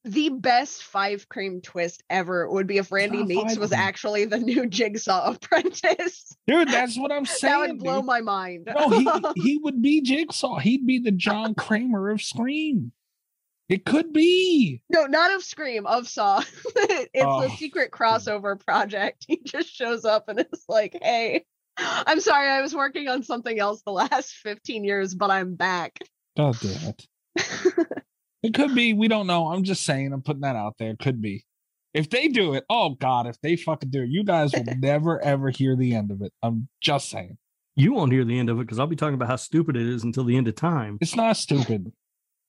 D: The best five cream twist ever would be if Randy
C: Not
D: Meeks
C: five
D: was
C: cream.
D: actually the new <laughs> Jigsaw apprentice.
C: Dude, that's what I'm saying.
D: <laughs> that would blow
C: dude.
D: my mind.
C: No, he he would be Jigsaw. He'd be the John Kramer of Scream. It could be.
D: <laughs> No, not of Scream, of Saw. <laughs> it's
C: Oh.
D: a secret crossover project. He just shows up and it's like, hey, I'm sorry, I was working on something else the last 15 years, but I'm back. <laughs>
C: God damn it. It could be. We don't know. I'm just saying. I'm putting that out there. It could be. If they do it, oh God, if they fucking do it, you guys
D: <laughs>
C: will never ever hear the end of it. I'm just saying.
E: You won't hear the end of it because I'll be talking about how stupid it is until the end of time.
C: It's not stupid. <laughs>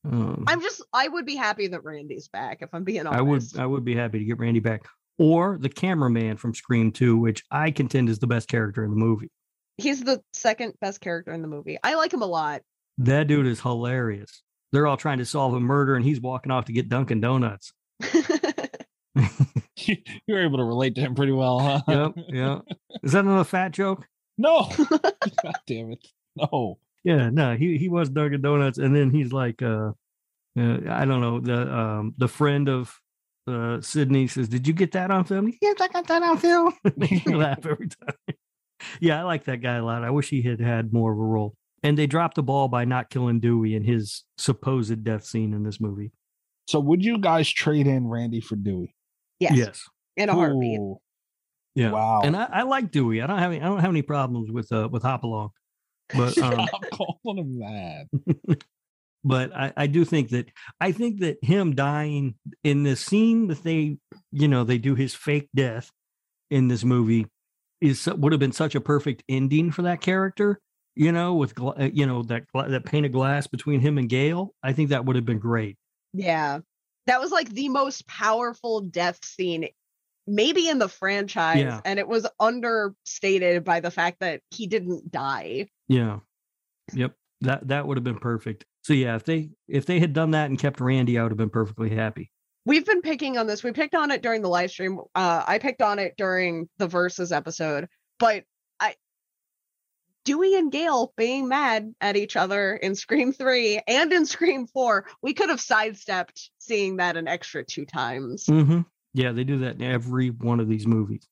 E: Um,
D: I'm just, I would be happy that Randy's back if I'm being honest.
E: I would I would be happy to get Randy back. Or the cameraman from Scream 2, which I contend is the best character in the movie.
D: He's the second best character in the movie. I like him a lot. <laughs>
E: That dude is hilarious. They're all trying to solve a murder and he's walking off to get Dunkin' Donuts.
C: You were able to relate to him pretty well, huh?
E: Yep. yeah.
D: <laughs>
E: Is that another fat joke?
C: <laughs> No. <laughs> God damn it. No.
E: Yeah, no, he he was Dunkin' Donuts, and then he's like, uh, uh I don't know, the um the friend of uh Sydney says, "Did you get that on film?" Yes, I got that on film. <laughs> You laugh every time. yeah, I like that guy a lot. I wish he had had more of a role. And they dropped the ball by not killing Dewey in his supposed death scene in this movie.
C: So would you guys trade in Randy for Dewey?
D: yes, In a heartbeat.
C: Ooh,
E: yeah.
C: Wow. <laughs>
E: And I, I like Dewey. I don't have any, I don't have any problems with uh with Hopalong,
C: <laughs>
E: but um,
C: Stop calling him that.
E: but I, I do think that I think that him dying in the scene that they, you know, they do his fake death in this movie is su- would have been such a perfect ending for that character. You know, with gla- uh, you know that gla- that pane of glass between him and Gail, I think that would have been great.
D: Yeah. That was like the most powerful death scene maybe in the franchise
E: Yeah.
D: and it was understated by the fact that he didn't die.
E: Yeah, yep that that would have been perfect. So yeah, if they if they had done that and kept Randy, I would have been perfectly happy.
D: We've been picking on this. We picked on it during the live stream. Uh I picked on it during the versus episode, but I Dewey and Gale being mad at each other in Scream 3 and in Scream 4, we could have sidestepped seeing that an extra two times.
E: Mm-hmm. Yeah, they do that in every one of these movies.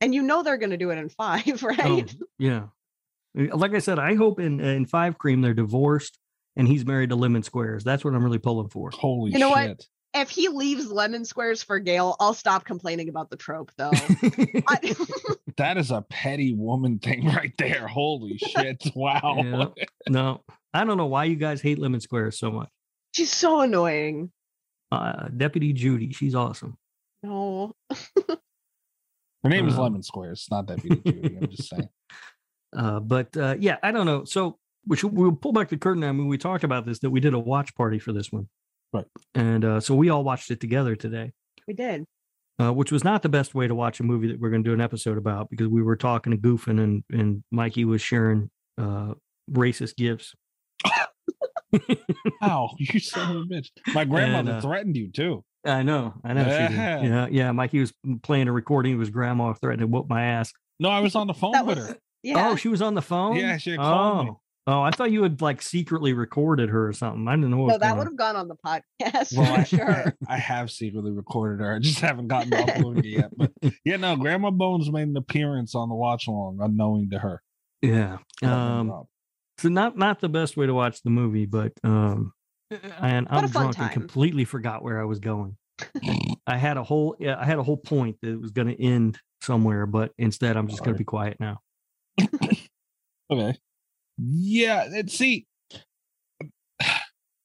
D: And you know they're going to do it in 5, <laughs> right?
E: Oh, yeah. Eh, Like I said, I hope in in Five Cream they're divorced and he's married to Lemon Squares. That's what I'm really pulling for.
C: Holy
D: You know what?
C: shit.
D: if he leaves lemon squares for Gail, I'll stop complaining about the trope though. <laughs>
E: <laughs>
D: I-
C: That is a petty woman <laughs> thing right there. Holy shit.
E: <laughs>
C: Wow.
E: Yeah. no, I don't know why you guys hate lemon squares so much.
D: she's so annoying.
E: Uh, Deputy Judy, she's awesome.
D: No.
C: Her name is
E: Uh.
C: Lemon Square. It's not that beauty Judy. I'm just
E: <laughs>
C: saying.
E: Uh, but uh, yeah, I don't know. So we should, we'll pull back the curtain. I mean, we talked about this that we did a watch party for this one,
C: Right.
E: And uh, so we all watched it together today.
D: We did.
E: uh, which was not the best way to watch a movie that we're going to do an episode about because we were talking and goofing and and Mikey was sharing uh, racist gifts.
C: Wow, you son of a bitch. My grandmother
E: uh,
C: threatened you too.
E: I know, I know. she
C: Yeah.
E: did. Yeah, yeah. Mikey was playing a recording of his grandma threatening to whoop my ass.
C: No, I was on the phone
D: That
C: with
D: was- <laughs>
C: her.
D: Yeah.
E: Oh, she was on the phone.
C: Yeah, she had
E: oh.
C: called me.
E: Oh, I thought you had like secretly recorded her or something. I didn't know. What
D: no,
E: was
D: that
E: going
D: would
E: on.
D: have gone on the podcast
C: Well, I,
D: for sure.
C: <laughs> I have secretly recorded her. I just haven't gotten to upload it yet.
E: <laughs>
C: But yeah, no, Grandma Bones made an appearance on the watch along, unknowing to her.
E: Yeah.
C: No
E: Um,
C: problem.
E: so not not the best way to watch the movie, but um, and
D: Uh, What
E: I'm
D: a fun
E: drunk and
D: time.
E: completely forgot where I
D: <laughs>
E: was going. I had a whole yeah, I had a whole point that it was going to end somewhere, but instead I'm just going
C: Sorry.
E: to be quiet now.
C: okay. Yeah, and see,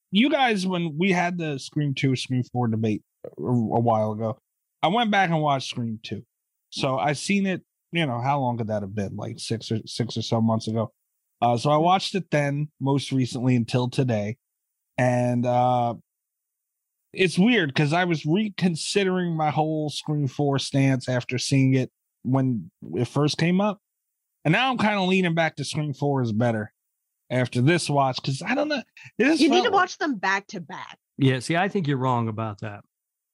C: you guys, when we had the Scream 2, Scream 4 debate a, a while ago, I went back and watched Scream 2. So I seen it, you know, how long could that have been? Like six or six or so months ago. Uh, so I
D: Mm-hmm.
C: watched it then, most recently until today. And uh, it's weird because I was reconsidering my whole Scream 4 stance after seeing it when it first came up. And now I'm kind of leaning back to Scream 4 is better after this watch because I don't know. It just
D: You need
C: felt
D: to
C: like-
D: watch them back to back.
E: Yeah, see, I think you're wrong
D: <laughs>
E: about that.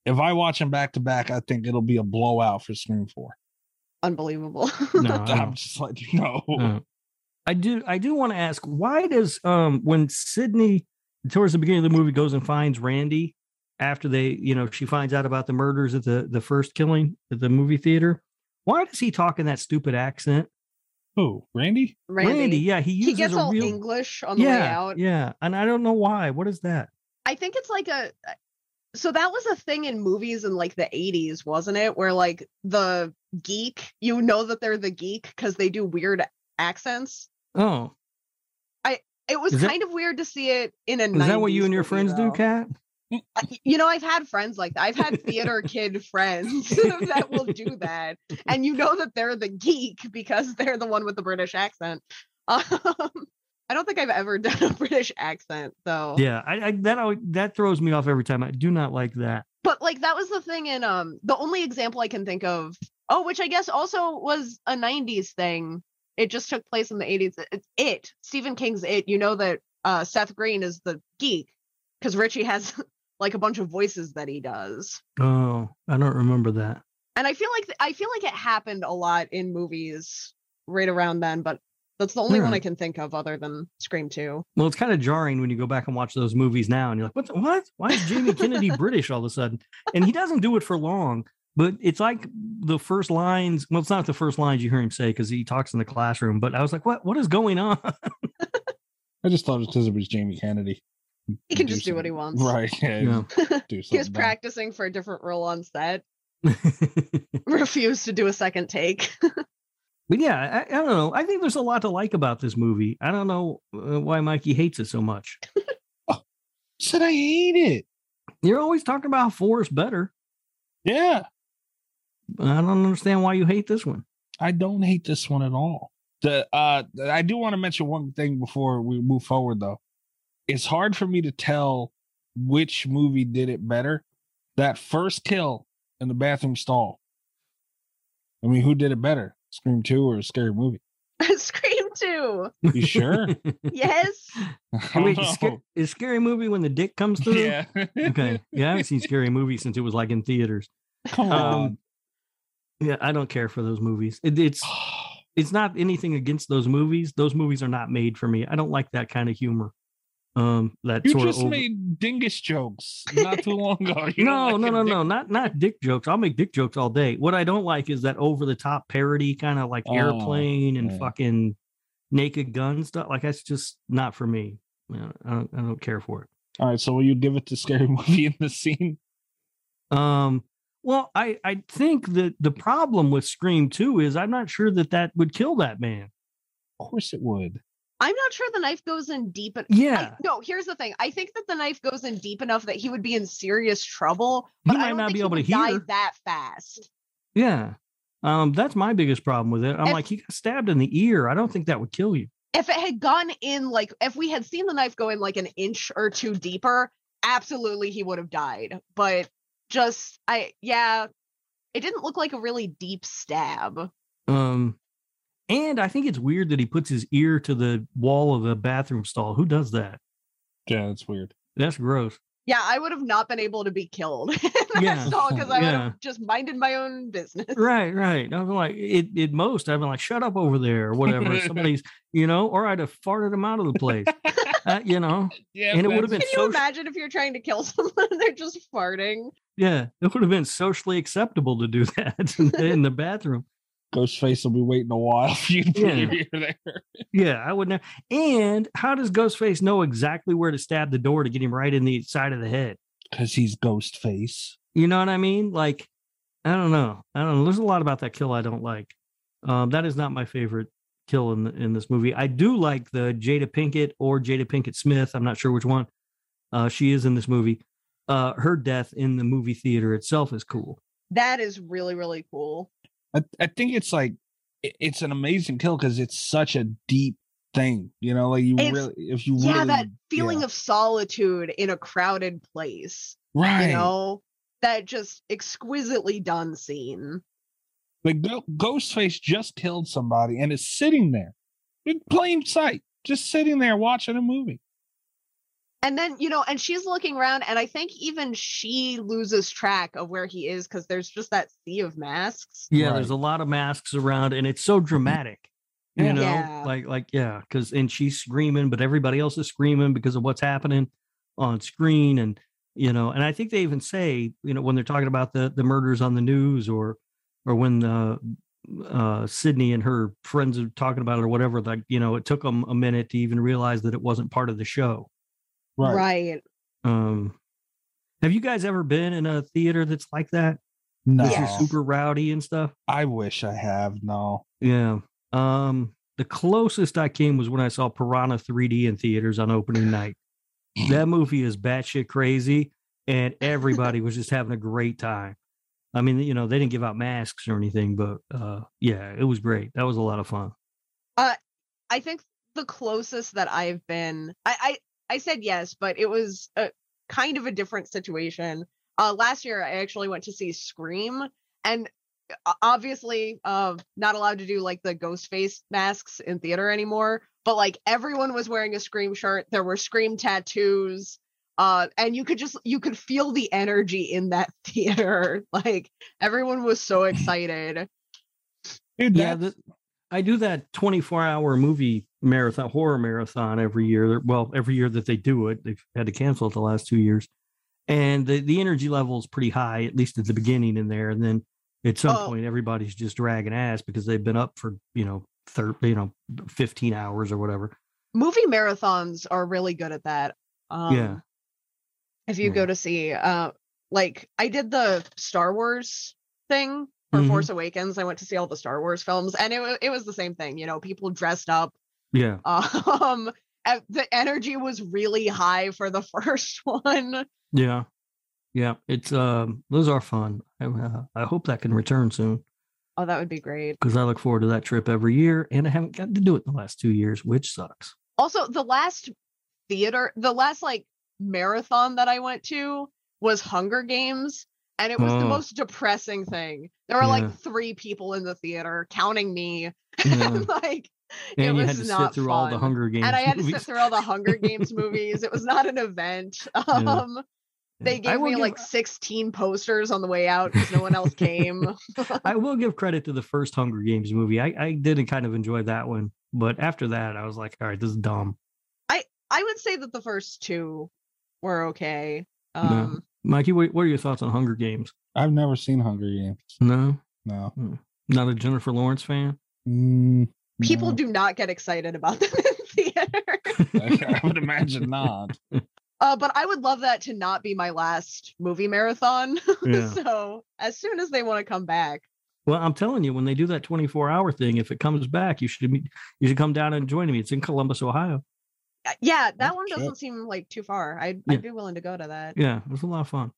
C: if I watch them back to back, I think it'll be a blowout for Scream 4. <laughs>
D: Unbelievable. <laughs>
E: No, I,
C: I'm
E: don't.
C: just letting you know.
E: No. I do. I do want to ask why does um when Sydney towards the beginning of the movie goes and finds Randy after they you know she finds out about the murders at the the first killing at the movie theater. Why does he talk in that stupid accent?
C: Who? Randy?
D: Randy.
E: yeah, he uses
D: he gets
E: a
D: all
E: real
D: English on the
E: yeah,
D: way out.
E: yeah, and I don't know why. What is that?
D: I think it's like a uh, so that was a thing in movies in like the 80s, wasn't it? Where like the geek, you know that they're the geek because they do weird accents.
E: Oh,
D: It was
E: Is that-
D: kind of weird to see it in a.
E: is that what you and your friends do,
D: Kat?
E: Kat?
D: You know, I've had friends like that. I've had theater kid friends <laughs> that will do that, and you know that they're the geek because they're the one with the British accent. <laughs> Um, I don't think I've ever done a British accent though.
E: Yeah, I, I that always, that throws me off every time. I do not like that.
D: but like that was the thing in um the only example i can think of oh which i guess also was a 90s thing it just took place in the 80s it's it stephen king's it you know that uh seth green is the geek because richie has <laughs> like a bunch of voices that he does
E: Oh, I don't remember that.
D: and i feel like th- i feel like it happened a lot in movies right around then but that's the only one i
E: Alright.
D: can think of other than scream 2
E: Well, it's kind of jarring when you go back and watch those movies now, and you're like, "What? The, what? Why is Jamie Kennedy British all of a sudden?" And he doesn't do it for long, but it's like the first lines. Well, it's not the first lines you hear him say because he talks in the classroom. But I was like, "What? What is going on?" <laughs>
C: I just thought it was because it was Jamie Kennedy.
D: he can just do what he wants
C: Right. Yeah.
E: Yeah.
C: Do
D: <laughs> he was
C: something dumb.
D: practicing for a different role on set <laughs>
E: <laughs>
D: refused to do a second take <laughs>
E: But yeah, I, I don't know. I think there's a lot to like about this movie. I don't know uh, why Mikey hates it so much.
C: Said I hate it.
E: You're always talking about how four is better.
C: Yeah.
E: I don't understand why you hate this one.
C: I don't hate this one at all. The uh I do want to mention one thing before we move forward though. It's hard for me to tell which movie did it better. That first kill in the bathroom stall. I mean, who did it better? Scream 2 or Scary Movie?
D: Scream 2.
C: You
E: <laughs>
C: sure?
D: Yes.
C: I don't
E: Wait,
C: know.
E: is, Sca- is scary movie when the dick comes through?
C: <laughs> Yeah.
E: Okay. Yeah, I haven't seen scary movie since it was like in theaters.
C: <laughs> Come
E: Um, yeah, I don't care for those movies. It, it's
C: on.
E: it's not anything against those movies. Those movies are not made for me. I don't like that kind of humor. Um, that
C: You
E: sort
C: just
E: of over-
C: made dingus jokes not too long ago. <laughs> You
E: no,
C: don't
E: no,
C: like
E: no,
C: a
E: no, not not dick jokes. I'll make dick jokes all day. What I don't like is that over the top parody, kind of like
C: Oh,
E: airplane and
C: yeah.
E: fucking naked gun stuff. Like that's just not for me. I don't, I don't, I don't care for it.
C: <laughs> All right, so will you give it to Scary Movie in the scene?
E: Um, well, I, I think that the problem with Scream 2 is I'm not sure that that would kill that man.
C: Of course it would.
D: I'm not sure the knife goes in deep. En-
E: Yeah.
D: I, no, here's the thing. I think that the knife goes in deep enough that he would be in serious trouble,
E: He
D: but
E: might
D: I don't
E: not
D: think
E: be
D: he
E: able to
D: would die
E: hear.
D: that fast.
E: Yeah. Um, that's my biggest problem with it. I'm
D: If-
E: like, he got stabbed in the ear. I don't think that would kill you.
D: If it had gone in, like, if we had seen the knife go in like an inch or two deeper, absolutely he would have died. But just, I, yeah, it didn't look like a really deep stab.
E: Um, and I think it's weird that he puts his ear to the wall of a bathroom stall. Who does that?
C: Yeah, that's weird.
E: That's gross.
D: Yeah, I would have not been able to be killed. <laughs>
E: Yeah,
D: That's all because I would
E: yeah.
D: have just minded my own business.
E: Right, right. I'm like, it, at most, I've been like, shut up over there or whatever. Somebody's, you know, or I'd have farted him out of the place, uh, you know,
C: Yeah,
E: and it would have been
D: Can you
E: so,
D: imagine if you're trying to kill <laughs> someone and they're just farting?
E: yeah, it would have been socially acceptable to do <laughs> that in the, in the bathroom.
C: Ghostface will be waiting a while for you to put
E: Yeah.
C: your ear there.
E: Yeah, I would know. And how does Ghostface know exactly where to stab the door to get him right in the side of the head?
C: Because he's Ghostface.
E: You know what I mean? Like, I don't know. I don't know. There's a lot about that kill I don't like. Um, that is not my favorite kill in the, in this movie. I do like the Jada Pinkett or Jada Pinkett Smith. I'm not sure which one. Uh, she is in this movie. Uh, her death in the movie theater itself is cool.
D: That is really, really cool.
C: I, I think it's like it- it's an amazing kill because it's such a deep thing. You know, like you
D: It's-
C: really, if you
D: Yeah,
C: really,
D: that feeling
C: yeah.
D: of solitude in a crowded place,
C: right,
D: you know, that just exquisitely done scene.
C: like Go- Ghostface just killed somebody and is sitting there in plain sight, just sitting there watching a movie.
D: And then, you know, and she's looking around, and I think even she loses track of where he is because there's just that sea of masks.
E: Yeah,
C: Right.
E: there's a lot of masks around, and it's so dramatic. You
C: Yeah.
E: know,
D: Yeah.
E: like like yeah, because and she's screaming, but everybody else is screaming because of what's happening on screen, and you know, and I think they even say you know when they're talking about the the murders on the news or or when the uh Sydney and her friends are talking about it or whatever, like you know, it took them a minute to even realize that it wasn't part of the show.
C: Right.
D: Right.
E: Um Have you guys ever been in a theater that's like that?
C: No,
E: That's just super rowdy and stuff?
C: I wish I have. No,
E: Yeah. Um, the closest I came was when I saw Piranha 3D in theaters on opening night. That movie is batshit crazy, and everybody was just having a great time. I mean, you know, they didn't give out masks or anything, but uh, yeah, it was great. That was a lot of fun.
D: I think the closest that I've been, I I, I said yes, but it was a kind of a different situation. Uh, last year, I actually went to see Scream, and o- obviously, uh, not allowed to do like the ghost face masks in theater anymore. But like everyone was wearing a Scream shirt. There were Scream tattoos. Uh, and you could just you could feel the energy in that <laughs> theater. Like everyone was so excited.
C: dude,
E: Yeah,
C: that's-
E: the- I do that 24 hour movie marathon, horror marathon every year. Well, every year that they do it, they've had to cancel it the last two years. And the, the energy level is pretty high, at least at the beginning in there. And then at some
D: Oh.
E: point, everybody's just dragging ass because they've been up for, you know, thir- you know, 15 hours or whatever.
D: movie marathons are really good at that. Um,
E: Yeah.
D: If you
E: Yeah.
D: go to see, uh, like I did the Star Wars thing for
E: Mhm.
D: Force Awakens. I went to see all the Star Wars films, and it wa- it was the same thing. You know, people dressed up. <laughs>
E: Yeah.
D: Um, and the energy was really high for the <laughs> first one.
E: Yeah. Yeah. It's, um, those are fun. I, uh, I hope that can return soon.
D: Oh, that would be great.
E: Because I look forward to that trip every year, and I haven't gotten to do it in the last two years, which sucks.
D: Also, the last theater, the last like marathon that I went to was Hunger Games, and it was the
E: Oh.
D: most depressing thing. There were
E: Yeah.
D: like three people in the theater, counting me. <laughs>
E: Yeah.
D: like, it
E: and you
D: was
E: had to sit
D: not
E: through all the
D: fun.
E: Hunger Games.
D: and I had to sit
E: movies.
D: through all the
E: <laughs>
D: Hunger Games movies. It was not an event. <laughs> Um, They
E: I
D: gave
E: will
D: me
E: give-
D: like 16 posters on the way
E: <laughs>
D: out because no one else came. <laughs>
E: I will give credit to the first Hunger Games movie. I, I did kind of enjoy that one, but after that, I was like, all right, this is dumb.
D: I would say that the first two were okay.
E: No.
D: Um,
E: Mikey, what, what are your thoughts on Hunger Games?
C: I've never seen Hunger Games.
E: No,
C: No,
E: not a Jennifer Lawrence fan.
C: Mm, no. <laughs>
D: People <laughs>
E: Mm-hmm. <laughs>
D: do not get excited about them in theater.
C: I would imagine not.
D: Uh, but I would love that to not be my last movie marathon. <laughs>
E: Yeah.
D: so as soon as they want to come back,
E: Well, I'm telling you, when they do that 24 hour thing, if it comes back, you should meet, you should come down and join me. It's in Columbus, Ohio.
D: Uh, yeah, that
C: Oh,
D: one
C: shit.
D: doesn't seem like too far. I'd,
E: Yeah.
D: I'd be willing to go to that.
E: Yeah, it was a lot of fun.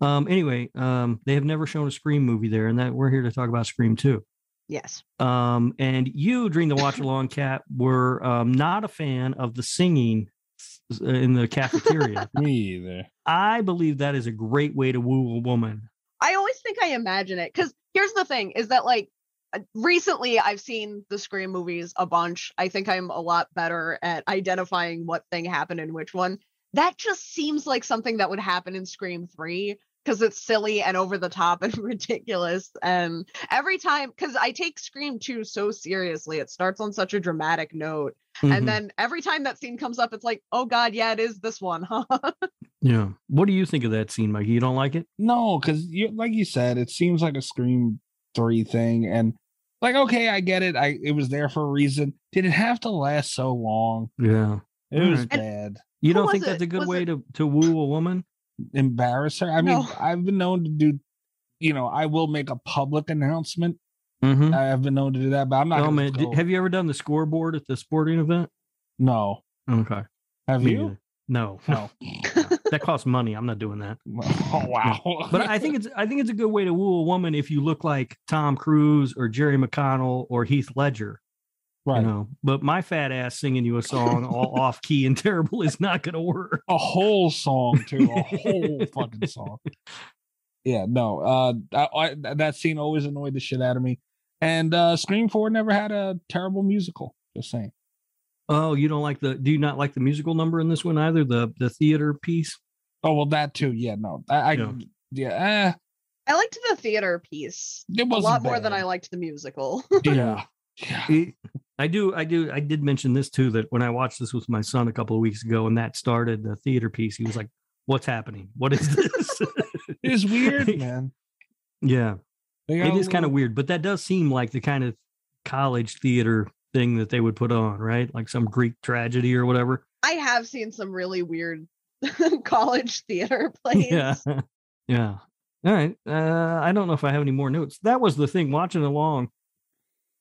E: Um, anyway, um, they have never shown a Scream movie there, and that we're here to talk about Scream too.
D: Yes.
E: Um, and you during the watch along, Cat, were um, not a fan of the singing s- uh, in the
D: <laughs>
E: cafeteria.
C: Me either.
E: I believe that is a great way to woo a woman.
D: I always think I imagine it because here's the thing: is that like uh, recently I've seen the Scream movies a bunch. I think I'm a lot better at identifying what thing happened in which one. That just seems like something that would happen in Scream Three because it's silly and over the top <laughs> and ridiculous. And every time, because I take Scream Two so seriously, it starts on such a dramatic note,
E: Mhm.
D: and then every time that scene comes up, it's like, oh god, yeah, it is this one, <laughs> huh?
E: yeah, what do you think of that scene, Mikey? You don't like it?
C: No, because you like you said, it seems like a Scream Three thing, and like okay, I get it. I it was there for a reason. Did it have to last so long?
E: Yeah,
C: It was
E: Alright.
C: bad.
E: you
D: What
E: don't
D: was
E: think that's
D: it?
E: a good
D: Was
E: way
D: it-
E: to to woo a woman?
C: Embarrass her. I mean,
D: No. <laughs>
C: I've been known to do. You know, I will make a public announcement.
E: Mm-hmm.
C: I've been known to do that, but I'm not.
E: Oh
C: gonna
E: man,
C: go-
E: did, have you ever done the scoreboard at the sporting event?
C: no,
E: Okay.
C: have
E: Me
C: you?
E: either. No, no,
C: No.
E: <laughs>
C: <laughs>
E: that costs money. I'm not doing that.
C: oh wow.
E: But I think it's I think it's a good way to woo a woman if you look like Tom Cruise or Jerry McConnell or Heath Ledger.
C: right.
E: You know, but my fat ass singing you a song <laughs> all off key and terrible is not going to work.
C: a whole song too, a
E: <laughs>
C: whole fucking song. Yeah, no. Uh, I, I, that scene always annoyed the shit out of me. And uh, Scream Four never had a terrible musical. Just saying.
E: Oh, you don't like the? Do you not like the musical number in this one either? The the theater piece.
C: Oh well, that too. Yeah, no. I, I
E: Yeah.
C: yeah. eh,
D: I liked the theater piece
C: it
D: a
C: was
D: lot more than I liked the musical. <laughs>
C: Yeah. yeah.
E: It- I do, I do, I did mention this too that when I watched this with my son a couple of weeks ago, and that started the theater piece, he was like, "What's happening? What is <laughs> this?"
C: It's
E: <laughs>
C: weird, man.
E: yeah,
C: They
E: it
C: got a
E: is kind of
C: little-
E: weird, but that does seem like the kind of college theater thing that they would put on, right? Like some Greek tragedy or whatever.
D: I have seen some really weird <laughs> college theater plays.
E: <laughs> Yeah, yeah. All right. Uh, I don't know if I have any more notes. That was the thing. Watching along,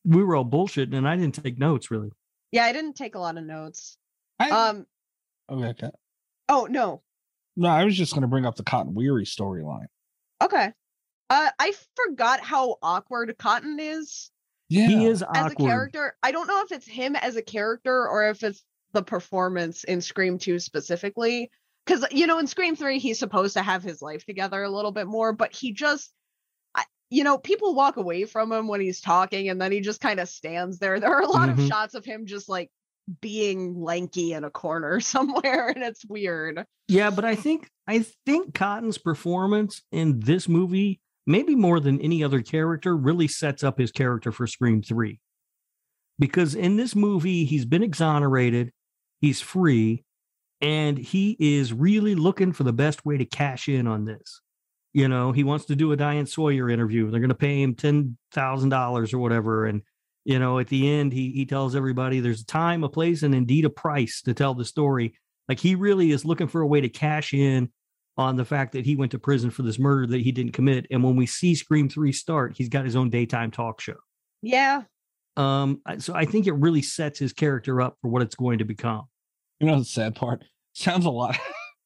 E: we were all bullshitting, and I didn't take notes really.
D: Yeah, I didn't take a lot of notes.
C: I,
D: Um
C: okay, okay.
D: oh no.
C: No, I was just gonna bring up the Cotton Weary storyline.
D: Okay. Uh I forgot how awkward Cotton is
C: Yeah.
E: He
D: as
E: is
D: a
E: awkward.
D: character. I don't know if it's him as a character or if it's the performance in Scream 2 specifically. Because, you know, in Scream 3, he's supposed to have his life together a little bit more, but he just, I, you know, people walk away from him when he's talking and then he just kind of stands there. <laughs> There are a lot
E: Mhm.
D: of shots of him just like being lanky in a corner <laughs> somewhere, and it's weird.
E: Yeah, but I think I think Cotton's performance in this movie, maybe more than any other character, really sets up his character for Scream 3. Because in this movie, he's been exonerated, he's free, and he is really looking for the best way to cash in on this. You know, he wants to do a Diane Sawyer interview. They're going to pay him $10,000 or whatever and you know, at the end he he tells everybody there's a time, a place and indeed a price to tell the story. Like he really is looking for a way to cash in on the fact that he went to prison for this murder that he didn't commit. And when we see Scream 3 start, he's got his own daytime talk show.
D: Yeah.
E: Um, I- so I think it really sets his character up for what it's going to become. <laughs>
C: You know the sad part? <laughs> Sounds a lot.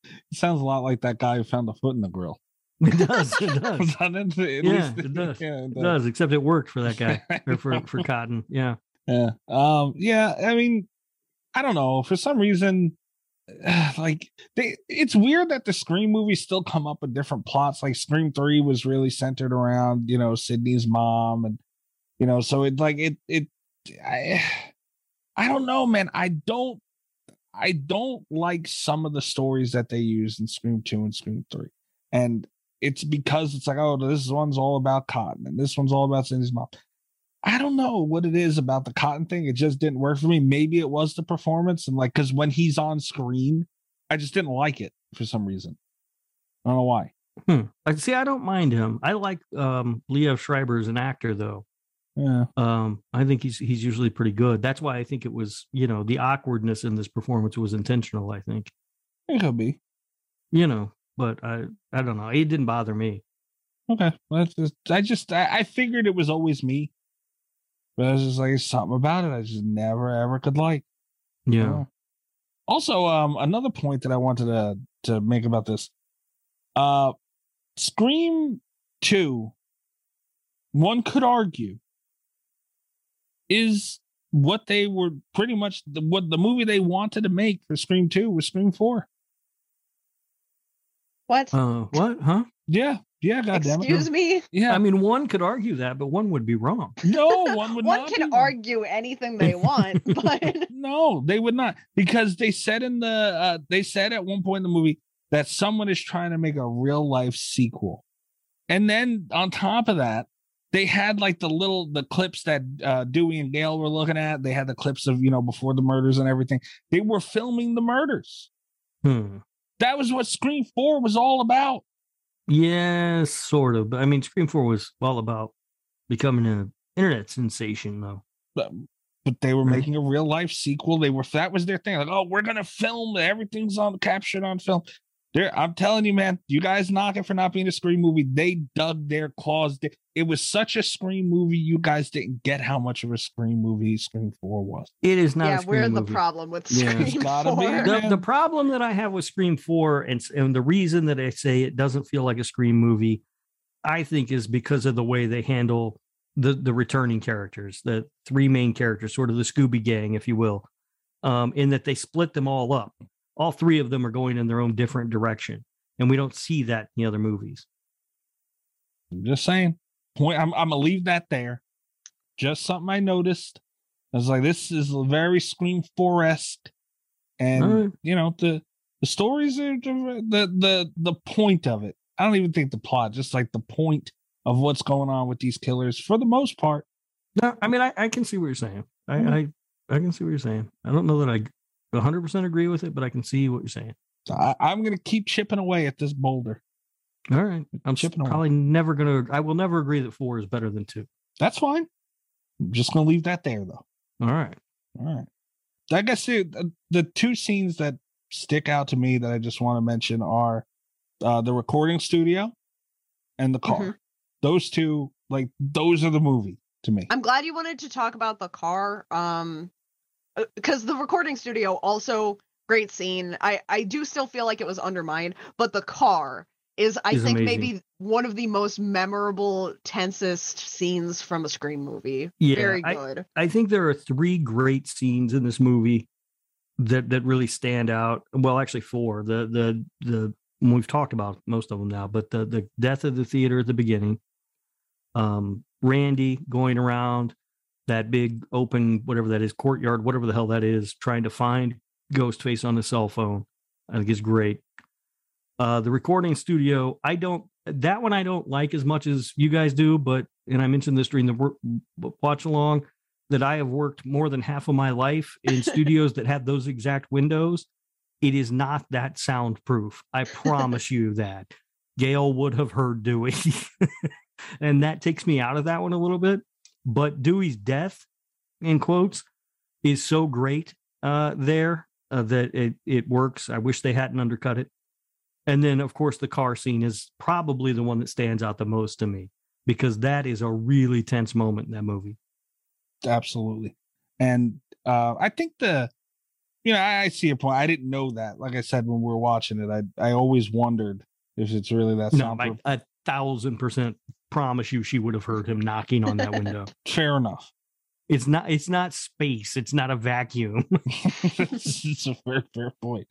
C: it sounds a lot like that guy who found a foot in the grill.
E: It does, it
C: <laughs>
E: does.
C: At least-
E: Yeah,
C: <laughs>
E: it does.
C: Yeah, it
E: It does, except it worked for that guy or
C: <laughs>
E: for,
C: No.
E: for Cotton. Yeah.
C: Yeah. Um. Yeah. I mean, I don't know. For some reason, <sighs> like they, it's weird that the Scream movies still come up with different plots. Like Scream Three was really centered around you know Sydney's mom, and you know, so it like it it. I, <sighs> I don't know, man. I don't. I don't like some of the stories that they use in Scream Two and Scream Three, and it's because it's like, oh, this one's all about Cotton, and this one's all about Sydney's mom. I don't know what it is about the Cotton thing. It just didn't work for me. Maybe it was the performance and like because when he's on screen, I just didn't like it for some reason. I don't know why.
E: Hmm. I see. I don't mind him. I like um, Leo Schreiber as an actor, though.
C: Yeah.
E: Um, I think he's he's usually pretty good. That's why I think it was you know the awkwardness in this performance was intentional. I think.
C: It could be.
E: you know. But I, I don't know. It didn't bother me.
C: Okay. Well, that's just, I just I, I figured it was always me. But I was just like something about it I just never ever could like.
E: Yeah.
C: Yeah. Also, um, another point that I wanted to to make about this, uh, Scream Two, one could argue, is what they were pretty much the, what the movie they wanted to make for Scream Two was Scream Four.
D: What?
E: Uh, what? Huh?
C: Yeah, yeah, goddamn it,
D: Excuse me.
C: yeah.
E: I mean, one could argue that, but one would be wrong.
D: <laughs>
C: no one would.
D: One
C: not
D: can
C: do that.
D: argue anything they want, <laughs>
E: <laughs>
D: but
C: No, they would not because they said in the uh, they said at one point in the movie that someone is trying to make a real life sequel, and then on top of that, they had like the little the clips that uh, Dewey and Gale were looking at. They had the clips of you know before the murders and everything. They were filming the murders.
E: Hmm.
C: That was what Scream Four was all about.
E: Yeah, sort of. But I mean, Scream Four was all about becoming an internet sensation, though.
C: But, but they were
E: Right.
C: making a real life sequel. They were that was their thing. Like, oh, we're gonna film everything's on captured on film. There, I'm telling you, man, you guys knock it for not being a scream movie. They dug their claws. They- It was such a scream movie. You guys didn't get how much of a scream movie Scream Four was.
E: It is not. a
D: yeah,
E: Scream
D: we're the
E: movie.
D: problem with
E: Yeah.
D: Scream
C: It's gotta be.
D: 4.
E: The, the problem that I have with Scream Four, and s- and the reason that I say it doesn't feel like a Scream movie, I think is because of the way they handle the the returning characters, the three main characters, sort of the Scooby Gang, if you will, um, in that they split them all up. All three of them are going in their own different direction, and we don't see that in the other movies.
C: I'm just saying. Point. I'm, I'm gonna leave that there. Just something I noticed. I was like, this is very Scream Four esque, and
E: All right.
C: you know the the stories are the, the the the point of it. I don't even think the plot, just like the point of what's going on with these killers, for the most part.
E: No, I mean I, I can see what you're saying. I,
C: Mhm.
E: I I can see what you're saying. I don't know that I 100 percent agree with it, but I can see what you're saying.
C: I, I'm gonna keep chipping away at this boulder.
E: All right, I'm s-
C: Chipping away.
E: probably never gonna. I will never agree that four is better than two.
C: That's fine. I'm just gonna leave that there, though.
E: All right,
C: All right. I guess the the- the two scenes that stick out to me that I just want to mention are uh, the recording studio and the car.
D: Mhm.
C: Those two, like those are the movie to me.
D: I'm glad you wanted to talk about the car. Um, because the recording studio also great scene. I I do still feel like it was undermined, but the car is I
E: Is
D: think
E: amazing.
D: maybe one of the most memorable, tensest scenes from a scream movie.
E: Yeah,
D: Very
E: I-
D: good.
E: I think there are three great scenes in this movie that that really stand out. Well, actually, four. The the the and we've talked about most of them now, but the the death of the theater at the beginning, um, Randy going around that big open whatever that is courtyard, whatever the hell that is, trying to find Ghostface on his cell phone. I think is great. Uh, the recording studio, I don't that one I don't like as much as you guys do, but and I mentioned this during the wor- watch along that I have worked more than half of my life in studios that have those exact windows. It is not that soundproof. I promise you that. Gail would have heard Dewey. <laughs> and that takes me out of that one a little bit. But Dewey's death, in quotes, is so great uh, there uh, that it, it works. I wish they hadn't undercut it. And then, of course, the car scene is probably the one that stands out the most to me because that is a really tense moment in that movie.
C: Absolutely. And uh, I think the, you know, I, I see a point. I didn't know that. Like I said, when we were watching it, I I always wondered if it's really that
E: No,
C: soundproof.
E: I, a thousand percent promise you she would have heard him knocking on that window.
C: Fair enough.
E: it's not it's not space, it's not a vacuum.
C: it's a fair, fair point.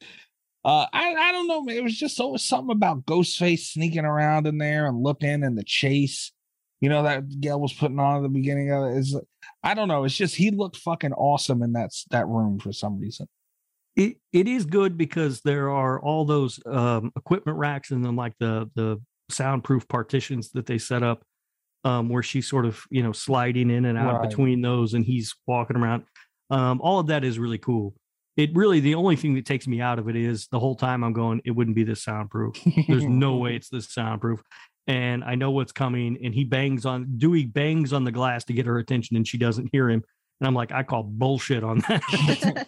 C: Uh, I, I don't know, man. It was just always something about Ghostface sneaking around in there and looking and the chase, you know, that Gail was putting on at the beginning of it. It's, like- I don't know. It's just he looked fucking awesome in that, s- that room for some
D: <laughs>
C: reason. <laughs>
E: it it is good because there are all those um, equipment racks and then like the the soundproof partitions that they set up um, where she's sort of you know sliding in and out
C: Right.
E: between those and he's walking around um, all of that is really cool it really the only thing that takes me out of it is the whole time i'm going it wouldn't be this soundproof
A: <laughs>
E: there's no way it's this soundproof and i know what's coming and he bangs on dewey bangs on the glass to get her attention and she doesn't hear him and i'm like i call bullshit on that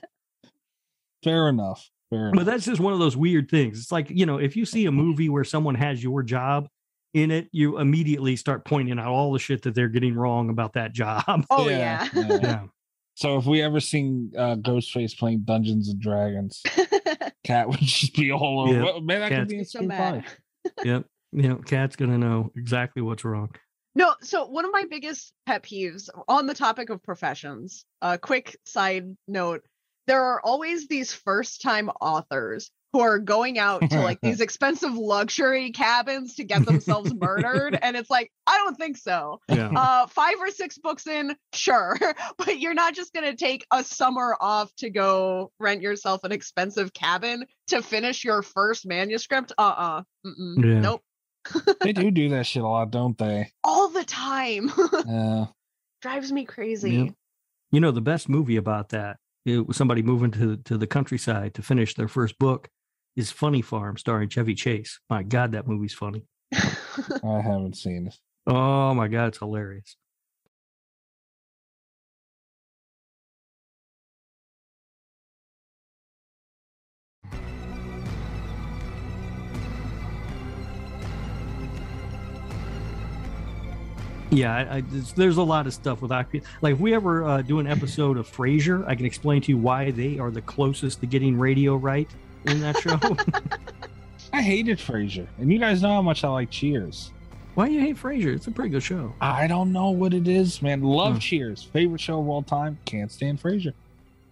C: fair enough. Fair enough.
E: But that's just one of those weird things. It's like, you know, if you see a movie where someone has your job in it, you immediately start pointing out all the shit that they're getting wrong about that job.
D: Oh yeah. <laughs>
E: Yeah.
C: So if we ever seen uh, Ghostface playing Dungeons and
D: <laughs>
C: Dragons, Cat would just be all over.
E: Yeah,
C: Well, man, that could
E: Cat's
C: be a
D: so
C: screen
D: mad.
C: five.
E: <laughs> yep. You know, Cat's going to know exactly what's wrong.
D: No, so one of my biggest pet peeves on the topic of professions, a quick side note, there are always these first-time authors who are going out to like these expensive luxury cabins to get themselves murdered and it's like, I don't think so.
E: Yeah.
D: Uh 5 or 6 books in, sure, <laughs> but you're not just going to take a summer off to go rent yourself an expensive cabin to finish your first manuscript. Uh-uh. Mm-mm.
E: Yeah.
D: Nope.
C: They do do that shit a lot, don't they?
D: All the time. <laughs>
C: Uh,
D: Drives me crazy.
E: You know, the best movie about that, it was somebody moving to, to the countryside to finish their first book, is Funny Farm, starring Chevy Chase. My God, that movie's funny.
C: I haven't seen it.
E: Oh my God, it's hilarious. Yeah, I, I, there's- there's a lot of stuff with Occupy. Like, if we ever uh, <laughs> do an episode of Frasier, I can explain to you why they are the closest to getting radio right in that show.
C: I hated Frasier, and you guys know how much I like Cheers.
E: <laughs> why do you hate Frasier? It's a pretty good show.
C: I don't know what it is, man. Love
E: Hmm.
C: Cheers, favorite show of all time. Can't stand Frasier.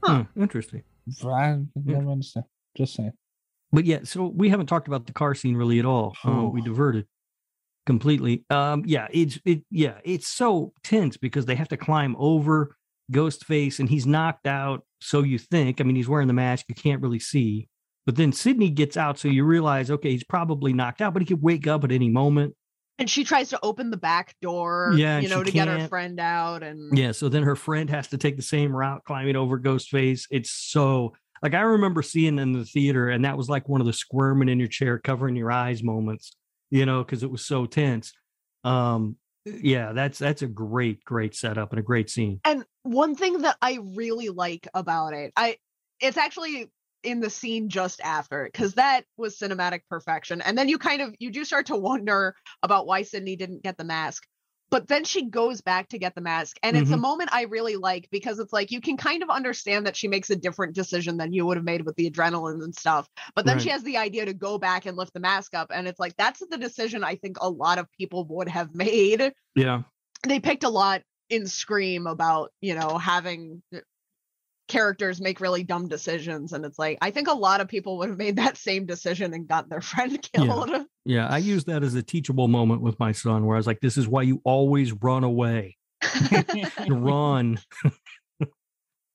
E: Hmm, interesting. Hmm.
C: I never understand. Just
E: <laughs>
C: saying. <laughs>
E: but yeah, so we haven't talked about the car scene really at all. Uh, we
C: Oh.
E: diverted completely. Um, yeah, it's it yeah, it's so tense because they have to climb over Ghostface and he's knocked out. So you think, I mean, he's wearing the mask, you can't really see. But then Sydney gets out, so you realize, okay, he's probably knocked out, but he could wake up at any moment.
D: <laughs> and she tries to open the back door
E: Yeah, and
D: you know
E: she
D: to get her
E: can't.
D: friend out and
E: Yeah, so then her friend has to take the same route climbing over Ghostface. It's so like I remember seeing in the theater, and that was like one of the squirming in your chair, covering your eyes moments, you know, because it was so tense. Um, yeah, that's that's a great, great setup and a great scene.
D: and one thing that i really like about it i it's actually in the scene just after because that was cinematic perfection and then you kind of you do start to wonder about why sydney didn't get the mask but then she goes back to get the mask and it's a
E: Mhm.
D: moment i really like because it's like you can kind of understand that she makes a different decision than you would have made with the adrenaline and stuff but then she
E: Right.
D: has the idea to go back and lift the mask up and it's like that's the decision i think a lot of people would have <laughs> made
E: Yeah,
D: they picked a lot in Scream about, you know, having uh, characters make really dumb decisions. And it's like, I think a lot of people would have made that same decision and got their <laughs> friend killed.
E: yeah. I use that as a teachable moment with my son, where I was like, "This is why you always run <laughs> away." run. <laughs>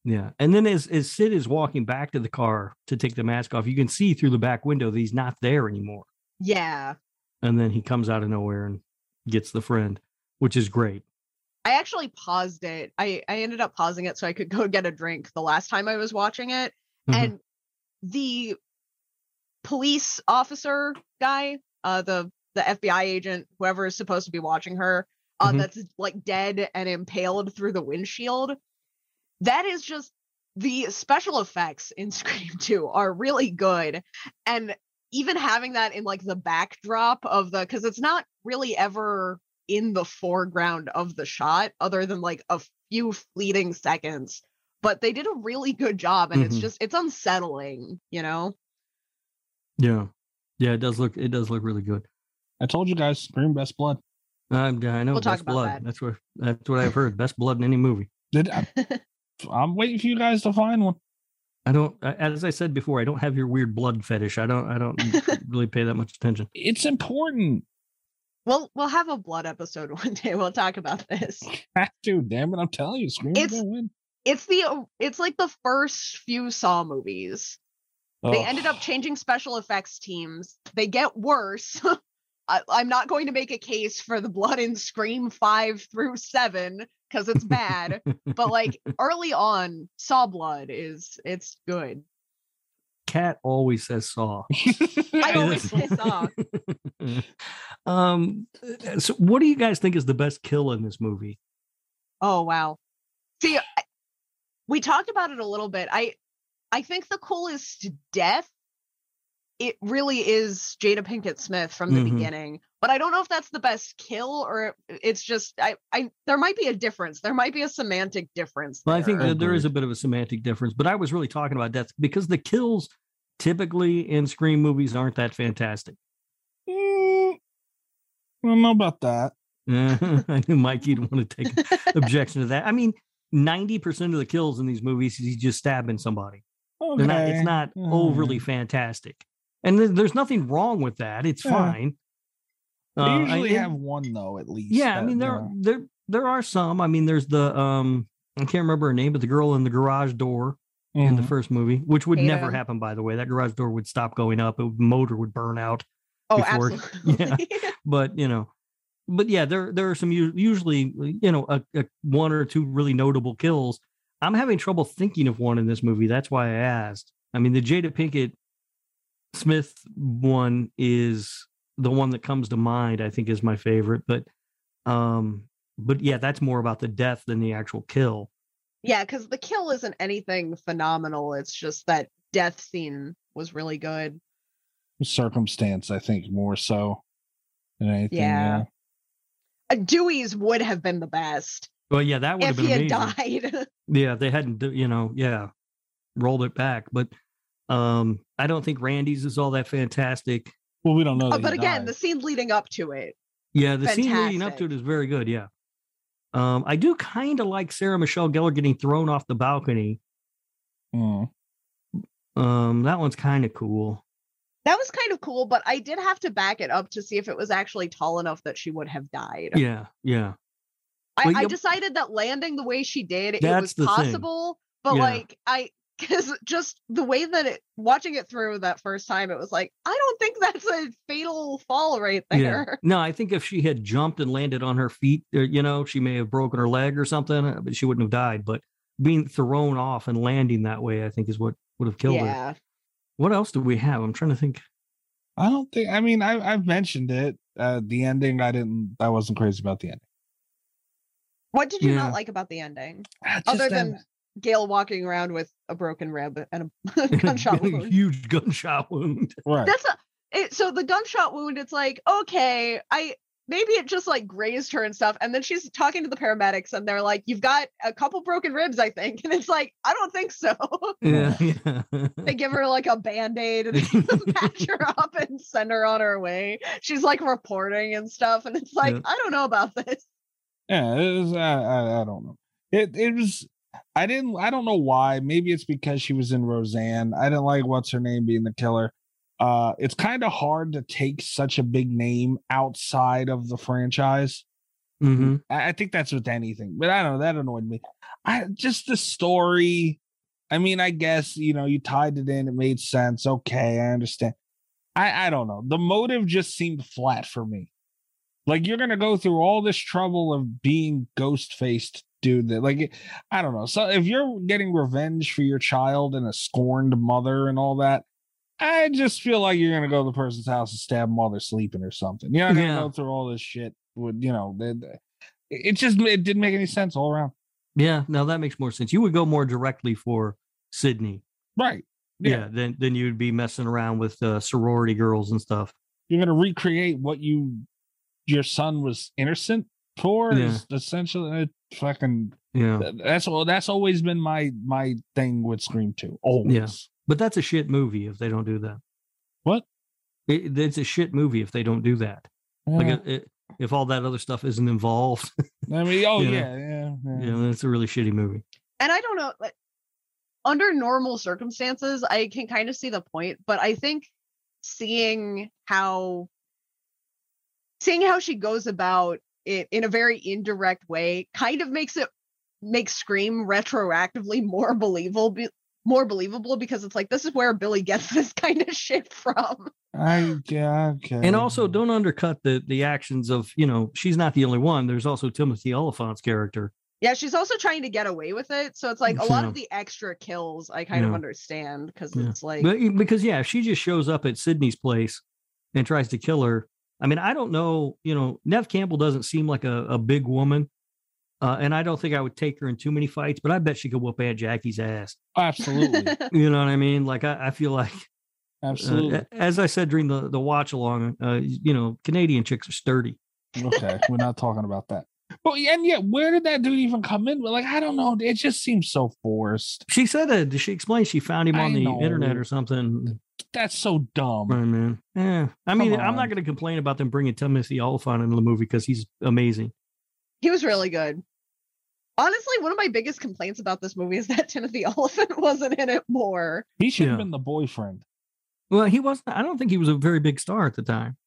E: yeah. And then as as Sid is walking back to the car to take the mask off, you can see through the back window that he's not there anymore.
D: yeah.
E: And then he comes out of nowhere and gets the friend, which is great.
D: I actually paused it. I, I ended up pausing it so I could go get a drink the last time I was watching it.
E: Mhm.
D: And the police officer guy, uh, the the FBI agent, whoever is supposed to be watching her, uh,
E: Mhm.
D: that's like dead and impaled through the windshield. That is just the special effects in <laughs> Scream 2 are really good. And even having that in like the backdrop of the because it's not really ever in the foreground of the shot other than like a few fleeting seconds but they did a really good job and it's
E: Mhm.
D: just it's unsettling you know
E: Yeah. Yeah, it does look it does look really good.
C: I told you guys, Scream Best Blood.
E: I'm, I know
D: We'll talk
E: best
D: about
E: blood.
D: that.
E: That's what that's what I've heard. Best blood in any movie.
C: Did I,
D: <laughs>
C: I'm waiting for you guys to find one.
E: I don't I- as I said before, I don't have your weird blood fetish. I don't
D: <laughs>
E: I don't really pay that much attention.
C: It's important.
D: we'll we'll have a blood episode <laughs> one day we'll talk about this
C: Ah, Dude, damn it, I'm telling you, Scream
D: It's-
C: gonna win.
D: it's the o- it's like the first few saw movies they ended up changing special effects teams they get worse <laughs> I, i'm not going to make a case for the blood in scream 5 through 7 because it's bad but like early on saw blood is it's good
E: <laughs> Cat always says
D: <laughs>
E: saw.
C: Oh. <laughs>
D: i always say saw
E: <laughs> um so what do you guys think is the best kill in this movie
D: Oh wow. See, I- we talked about it a little bit. I I think the coolest death it really is Jada Pinkett Smith from the
E: Mhm.
D: beginning. But I don't know if that's the best kill or it- it's just I I there might be a difference. There might be a semantic difference.
E: Well, I think
D: there.
E: that there is a bit of a semantic difference, but I was really talking about death because the kills typically in scream movies aren't that fantastic.
C: Mm,
E: <laughs>
C: I don't know about that.
E: I knew Mike, you'd want to take objection to that. I mean, 90% of the kills in these movies, he's just stabbing somebody. They're not,
C: Okay.
E: it's not
C: Mm.
E: overly fantastic. And th- there's nothing wrong with that. It's
C: Yeah.
E: fine.
C: They
E: Uh, I-
C: usually
E: and-
C: have one though, at least.
E: Yeah, I
C: that,
E: mean
C: you
E: there
C: know.
E: there there are some. I mean, there's the um I can't remember her name, but the girl in the garage door in the
C: Mhm.
E: first movie, which would never
D: Ada.
E: happen, by the way. That garage door would stop going up. It would, motor would burn out.
D: <laughs> oh,
E: before- <laughs>
D: absolutely.
E: But you know, but yeah, there there are some u- usually you know a, a one or two really notable kills. I'm having trouble thinking of one in this movie. That's why I asked. I mean, the Jada Pinkett Smith one is the one that comes to mind. I think is my favorite, but um, but yeah, that's more about the death than the actual kill.
D: <laughs> yeah, because the kill isn't anything phenomenal. It's just that death scene was really good.
C: circumstance, I think, more so than anything.
D: Yeah.
C: Yeah.
D: Uh, Dewey's would have been the best
E: Well, yeah, that would have
D: if
E: been
D: he had
E: amazing.
D: died. <laughs>
E: Yeah, if they hadn't, do- you know, yeah, rolled it back. But um, I don't think Randy's is all that fantastic.
C: Well, we don't know.
D: Oh,
C: that he
D: but again,
C: died.
D: the scene leading up to it.
E: Yeah, the scene leading up to it
D: Fantastic.
E: is very good. Yeah, um, I do kind of like Sarah Michelle Gellar getting thrown off the balcony.
C: Mm.
E: Um, that one's kind of cool.
D: That was kind of cool, but I did have to back it up to see if it was actually tall enough that she would have died.
E: Yeah, yeah,
D: I,
E: Well,
D: I
E: yep.
D: decided that landing the way she did, it
E: That's
D: was
E: the thing.
D: possible, but
E: Yeah.
D: like I <laughs> because just the way that it watching it through that first time, it was like, I don't think that's a fatal fall right
E: yeah.
D: there. <laughs>
E: No, I think if she had jumped and landed on her feet, uh, you know, she may have broken her leg or something, uh, but she wouldn't have died. But being thrown off and landing that way, I think, is what would have killed her. What else do we have? I'm trying to think.
C: I don't think. I mean, I I've mentioned it. Uh, the ending, I didn't. I wasn't crazy about the ending.
D: What did you
E: Yeah.
D: not like about the ending?
C: Ah, just that-
D: Other than Gail walking around with a broken rib and
E: <laughs>
D: a <laughs> gunshot
E: Getting a
D: wound.
E: Huge gunshot wound.
C: right.
D: That's not it, so the gunshot wound. It's like okay, I maybe it just like grazed her and stuff. And then she's talking to the paramedics, and they're like, "You've got a couple broken ribs, I think." <laughs> And it's like, I don't think so. <laughs>
E: Yeah. <laughs> yeah.
D: they give her like a band aid and patch her up and send her on her way. She's like reporting and stuff, and it's like,
E: Yeah.
D: I don't know about this.
C: Yeah, it was, I, I I don't know. It it was. I didn't. I don't know why. Maybe it's because she was in Roseanne. I didn't like what's her name being the killer. Uh, it's kind of hard to take such a big name outside of the franchise.
E: Mhm.
C: I, I think that's with anything, but I don't know. That annoyed me. I just the story. I mean, I guess you know you tied it in. It made sense. Okay, I understand. I I don't know. The motive just seemed flat for me. Like you're gonna go through all this trouble of being ghost faced, dude. That like I don't know. So if you're getting revenge for your child and a scorned mother and all that. I just feel like you're gonna go to the person's house and stab mother sleeping or something. You're not gonna
E: Yeah.
C: go through all this shit with you know the- the- it just it didn't make any sense all around.
E: Yeah. Now that makes more sense. You would go more directly for Sydney.
C: Right.
E: Yeah.
C: Yeah.
E: Then then you'd be messing around with uh, sorority girls and stuff.
C: You're gonna recreate what you your son was innocent for
E: Yeah.
C: is essentially it fucking
E: Yeah.
C: that's all that's always been my my thing with Scream 2. Always.
E: But that's a shit movie if they don't do that.
C: What?
E: It, it's a shit movie if they don't do that. Like
C: Yeah.
E: it, it, if all that other stuff isn't involved, <laughs>
C: I mean, oh
E: Yeah.
C: yeah, yeah, yeah.
E: you know, it's a really shitty movie.
D: and I don't know, like under normal circumstances, I can kind of see the point, but I think seeing how seeing how she goes about it in a very indirect way kind of makes it make Scream retroactively more believable be- more believable because it's like this is where Billy gets <laughs> this kind of shit from.
C: I yeah, okay.
E: And also, don't undercut the the actions of you know she's not the only one. There's also Timothy Oliphant's character.
D: Yeah, she's also trying to get away with it, so it's like a lot
E: Yeah.
D: of the extra kills I kind of
E: Yeah.
D: understand because
E: Yeah.
D: it's like
E: But, eh, because yeah, if she just shows up at Sydney's place and tries to kill her, I mean, I don't know. You know, Nev Campbell doesn't seem like a, a big woman, uh, and I don't think I would take her in too many fights. But I bet she could whoop Aunt Jackie's ass. <laughs>
C: absolutely.
E: You know what I mean? Like I, I feel like
C: Absolutely.
E: Uh, as I said during the the watch along, uh, you know, Canadian chicks are sturdy.
C: okay, we're not talking about that. But and yet, where did that dude even come in? Like, I don't know. It just seems so forced.
E: She said it. Did She explained she found him
C: I
E: on the
C: know.
E: internet or something.
C: That's so dumb.
E: Right, man. Yeah. Eh, I mean, I'm
C: on.
E: not going to complain about them bringing Timothy Oliphant into the movie because he's amazing.
D: He was really good. Honestly, one of my biggest complaints about this movie is that <laughs> Timothy Oliphant wasn't in it more.
C: He should have
E: Yeah.
C: been the boyfriend.
E: Well, he wasn't. I don't think he was a very big star at the time.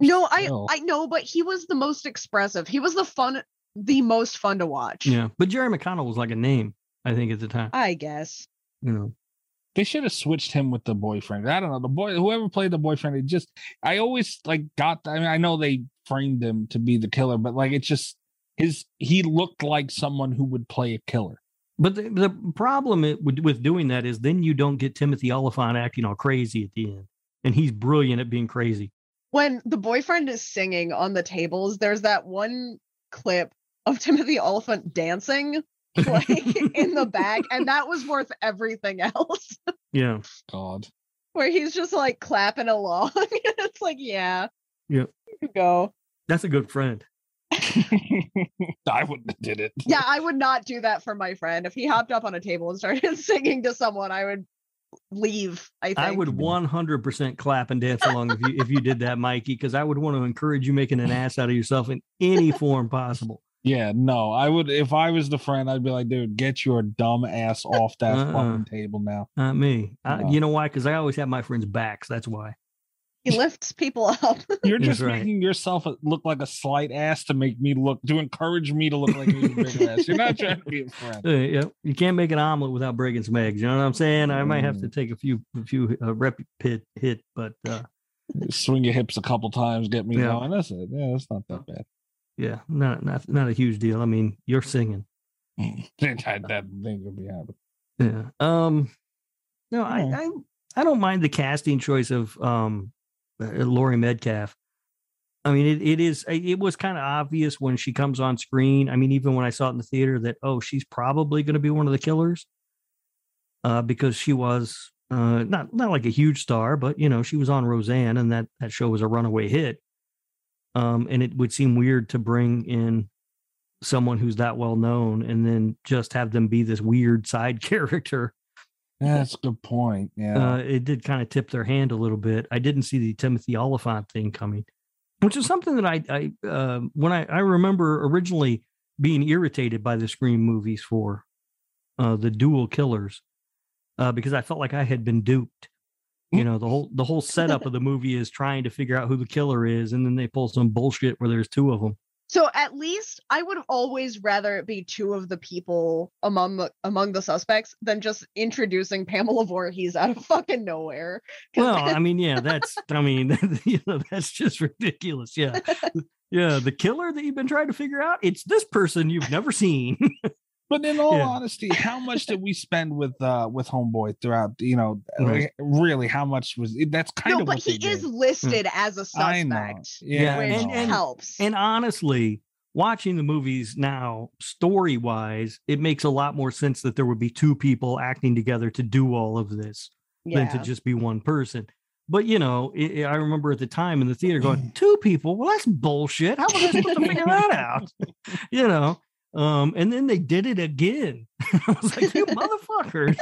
D: No, I
C: Still.
D: I know, but he was the most expressive. He was the fun the most fun to watch.
E: Yeah. But Jerry McConnell was like a name, I think, at the time.
D: I guess.
E: You know.
C: They should have switched him with the boyfriend. I don't know. The boy, whoever played the boyfriend, it just, I always like got, I mean, I know they framed him to be the killer, but like, it's just his, he looked like someone who would play a killer.
E: But the, the problem it, with, with doing that is then you don't get Timothy Oliphant acting all crazy at the end. And he's brilliant at being crazy.
D: When the boyfriend is singing on the tables, there's that one clip of <laughs> Timothy Oliphant dancing like in the back, and that was worth everything else. <laughs>
E: Yeah.
C: God.
D: Where he's just like clapping along. <laughs> it's like, yeah.
E: Yeah.
D: You go.
E: That's a good friend.
C: I wouldn't have did it.
D: Yeah, I would not do that for my friend. If he hopped up on a table and started <laughs> singing to someone, I would leave. I think.
E: I would 100% clap and dance along if you if you did that, Mikey, because I would want to encourage you making an ass out of yourself in any form possible.
C: Yeah, no, I would if I was the friend, I'd be like, dude, get your dumb ass off that
E: Uh-uh.
C: fucking table now.
E: <laughs> Not me. I,
C: No.
E: you know why? Because I always have my friends' backs. That's why.
D: He lifts people up. <laughs>
C: You're
E: That's
C: just
E: right.
C: making yourself a- look like a slight ass to make me look to encourage me to look like
E: <laughs>
C: a big ass. You're not trying to be a friend.
E: Uh, yeah, you can't make an omelet without breaking some eggs. You know what I'm saying? I might have to take a few a few uh, rep pit hit, but uh,
C: Swing your hips a couple times, get me
E: Yeah.
C: going. That's it. Yeah, that's not that bad. <laughs>
E: yeah, not not not a huge deal. I mean, you're singing. Uh,
C: that, that thing would be happening.
E: Yeah. Um. No,
C: Yeah.
E: I, I I don't mind the casting choice of um uh, Lori Medcalf. I mean, it, it is it was kind of obvious when she comes on screen. I mean, even when I saw it in the theater, that oh, she's probably going to be one of the killers, uh, because she was uh not not like a huge star, but you know, she was on Roseanne, and that that show was a runaway hit. Um, and it would seem weird to bring in someone who's that well known and then just have them be this weird side <laughs> character
C: Yeah, that's a good point. Yeah.
E: uh, it did kind of tip their hand a little bit. I didn't see the Timothy Oliphant thing coming, which is something that I, I uh, when I, I remember originally being irritated by the Scream movies for uh, the dual killers uh, because I felt like I had been duped. You know the whole the whole setup of the movie is trying to figure out who the killer is, and then they pull some bullshit where there's two of them.
D: So at least I would always rather it be two of the people among the among the suspects than just introducing Pamela Voorhees out of fucking nowhere. 'Cause
E: Well, I mean, yeah, that's I mean, <laughs> you know, that's just ridiculous. Yeah, yeah, the killer that you've been trying to figure out, it's this person you've never seen. <laughs>
C: but in all
E: yeah. <laughs>
C: honesty, how much did we spend with uh with Homeboy throughout, you know,
E: Right.
C: really how much was that's kind
D: no,
C: of
D: but
C: what they
D: he is
C: did.
D: listed as a
C: I know.
D: suspect,
C: Yeah, I
E: Yeah,
D: which
E: and-
C: know.
E: and-
D: helps.
E: And honestly, watching the movies now, story wise, it makes a lot more sense that there would be two people acting together to do all of this
D: yeah.
E: than to just be one person. But you know, it, it- I remember at the time in the theater going, two people? Well, that's bullshit. How was I supposed to figure that out? You know. Um, and then they did it again. <laughs> I was like, you motherfuckers.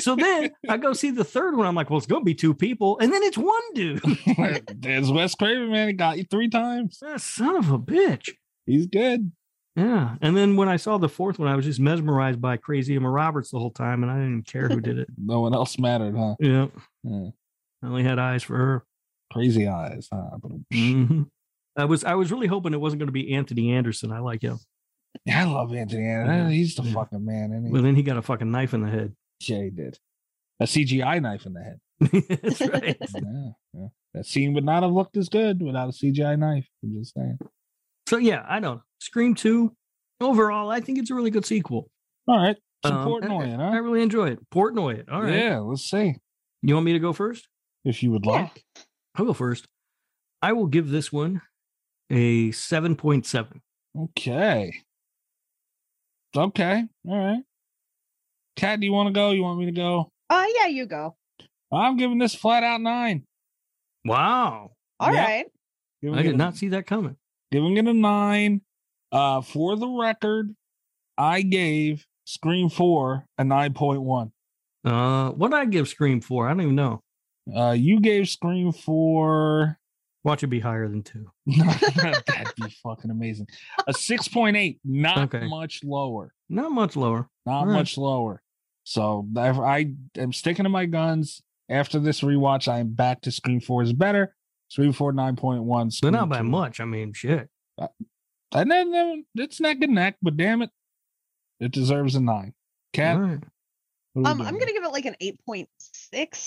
E: so then I go see the third one. I'm like, well, it's gonna be two people, and then it's one dude. <laughs>
C: <laughs> There's Wes Craven, man. He got you three times.
E: Ah, Son of a bitch.
C: He's good.
E: Yeah. And then when I saw the fourth one, I was just mesmerized by Crazy Emma Roberts the whole time, and I didn't even care
C: <laughs>
E: who did it.
C: No one else mattered, huh?
E: Yeah.
C: Yeah.
E: I only had eyes for her.
C: Crazy eyes. Huh? But- Mm-hmm.
E: Mhm. I was I was really hoping it wasn't going to be Anthony Anderson. I like him.
C: I love Anthony. Anderson. He's the
E: Yeah.
C: fucking man. And he,
E: Well, then he got a fucking knife in the head. <laughs>
C: yeah, he did a CGI knife in the head. <laughs>
E: That's right.
C: Yeah, yeah. That scene would not have looked as good without a CGI knife. I'm just saying.
E: So yeah, I don't know. Scream two. Overall, I think it's a really good sequel.
C: All right,
E: Um,
C: support
E: I-
C: Noyan,
E: I
C: huh?
E: really enjoy it. Portnoy it. All right.
C: Yeah, let's see
E: You want me to go first?
C: if you would
D: Yeah.
C: like.
E: I'll go first. I will give this one a seven point seven.
C: Okay. Okay. All right. Kat, do you want to go? You want me to go?
D: Uh, yeah, you go.
C: I'm giving this flat out nine.
E: Wow.
D: All
C: Yep.
D: right.
C: Giving
E: I
C: it
E: did
C: a-
E: not see that coming.
C: Giving it a nine. Uh, for the record, I gave Scream Four a nine point one.
E: Uh, what did I give Scream for? I don't even know.
C: Uh, you gave Scream Four.
E: Watch it be higher than two.
C: <laughs> That'd be fucking amazing. A six point eight, not
E: Okay.
C: much lower.
E: Not much lower.
C: Not
E: All right.
C: much lower. So I, I am sticking to my guns. After this rewatch, I am back to Scream Four is better. Scream Four nine point one.
E: But not by much. I mean, shit.
C: And then, then it's neck and neck, but damn it, it deserves a nine. Cat,
E: All right.
C: what are we
D: Um, I'm
C: doing?
D: gonna give it like an eight point six.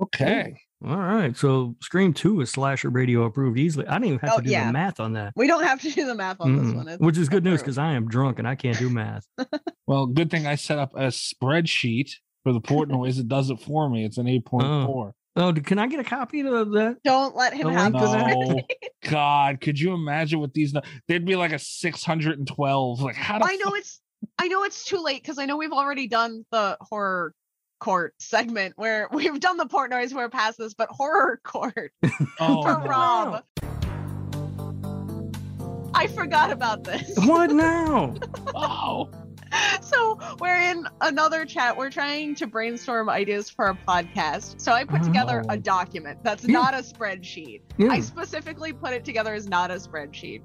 C: Okay.
E: All right. So Scream 2 is slasher radio approved easily. I didn't even have
D: Oh,
E: to do
D: yeah.
E: the math on that.
D: We don't have to do the math on this
C: Hmm.
E: Mm-mm.
D: one. It's
E: Which is good news
D: approved.
E: because I am drunk and I can't do math.
C: Well, good thing I set up a spreadsheet for the Portnoys. it does it for me. It's an eight point four.
E: oh, d- can I get a copy of that?
D: <laughs> don't let him
E: The
D: have
E: link is
D: this.
E: out.
D: <laughs>
C: No, God, could you imagine what these? nu- They'd be like a six hundred and twelve. Like how? The
D: I know
C: fuck-
D: it's I know it's too late because I know we've already done the horror court <laughs> segment where we've done the Portnoys. We're past this, but horror court <laughs>
C: Oh,
D: for
C: no.
D: Rob. I forgot about this.
E: What now?
C: Oh,
D: <laughs> so we're in another chat. We're trying to brainstorm ideas for a podcast. So I put together
C: Oh.
D: a document that's
E: Yeah.
D: not a spreadsheet.
E: Yeah.
D: I specifically put it together as not a spreadsheet.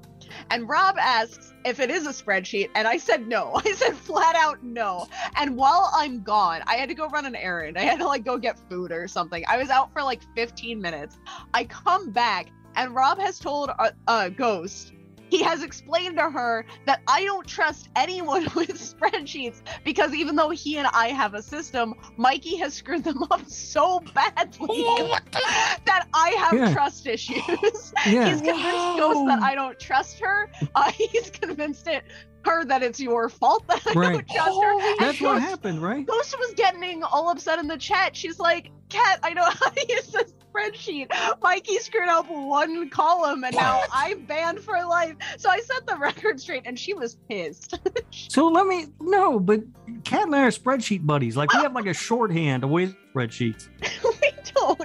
D: And Rob asks if it is a spreadsheet, and I said no. <laughs> I said flat out no. And while I'm gone, I had to go run an errand. I had to like go get food or something. I was out for like 15 minutes. I come back, and Rob has told a, a ghost. He has explained to her that I don't trust anyone <laughs> with spreadsheets because even though he and I have a system, Mikey has screwed them up so badly <laughs> that I have
E: Yeah. Oh.
D: trust issues. <laughs>
E: yeah.
D: He's convinced Ghost that I don't trust her. <laughs> Uh, he's convinced it her that it's your fault that I
E: Right.
D: don't trust her. And
E: That's what
D: Ghost-
E: happened, right?
D: Ghost was getting all upset in the chat. She's like, "Cat, I know how to <laughs> use this spreadsheet. Mikey screwed up one column, and now I'm banned for life." So I set the record straight, and she was pissed. <laughs>
E: So let me no, but Cat and I are spreadsheet buddies. Like we have
D: <laughs>
E: like a shorthand away spreadsheets.
D: we don't.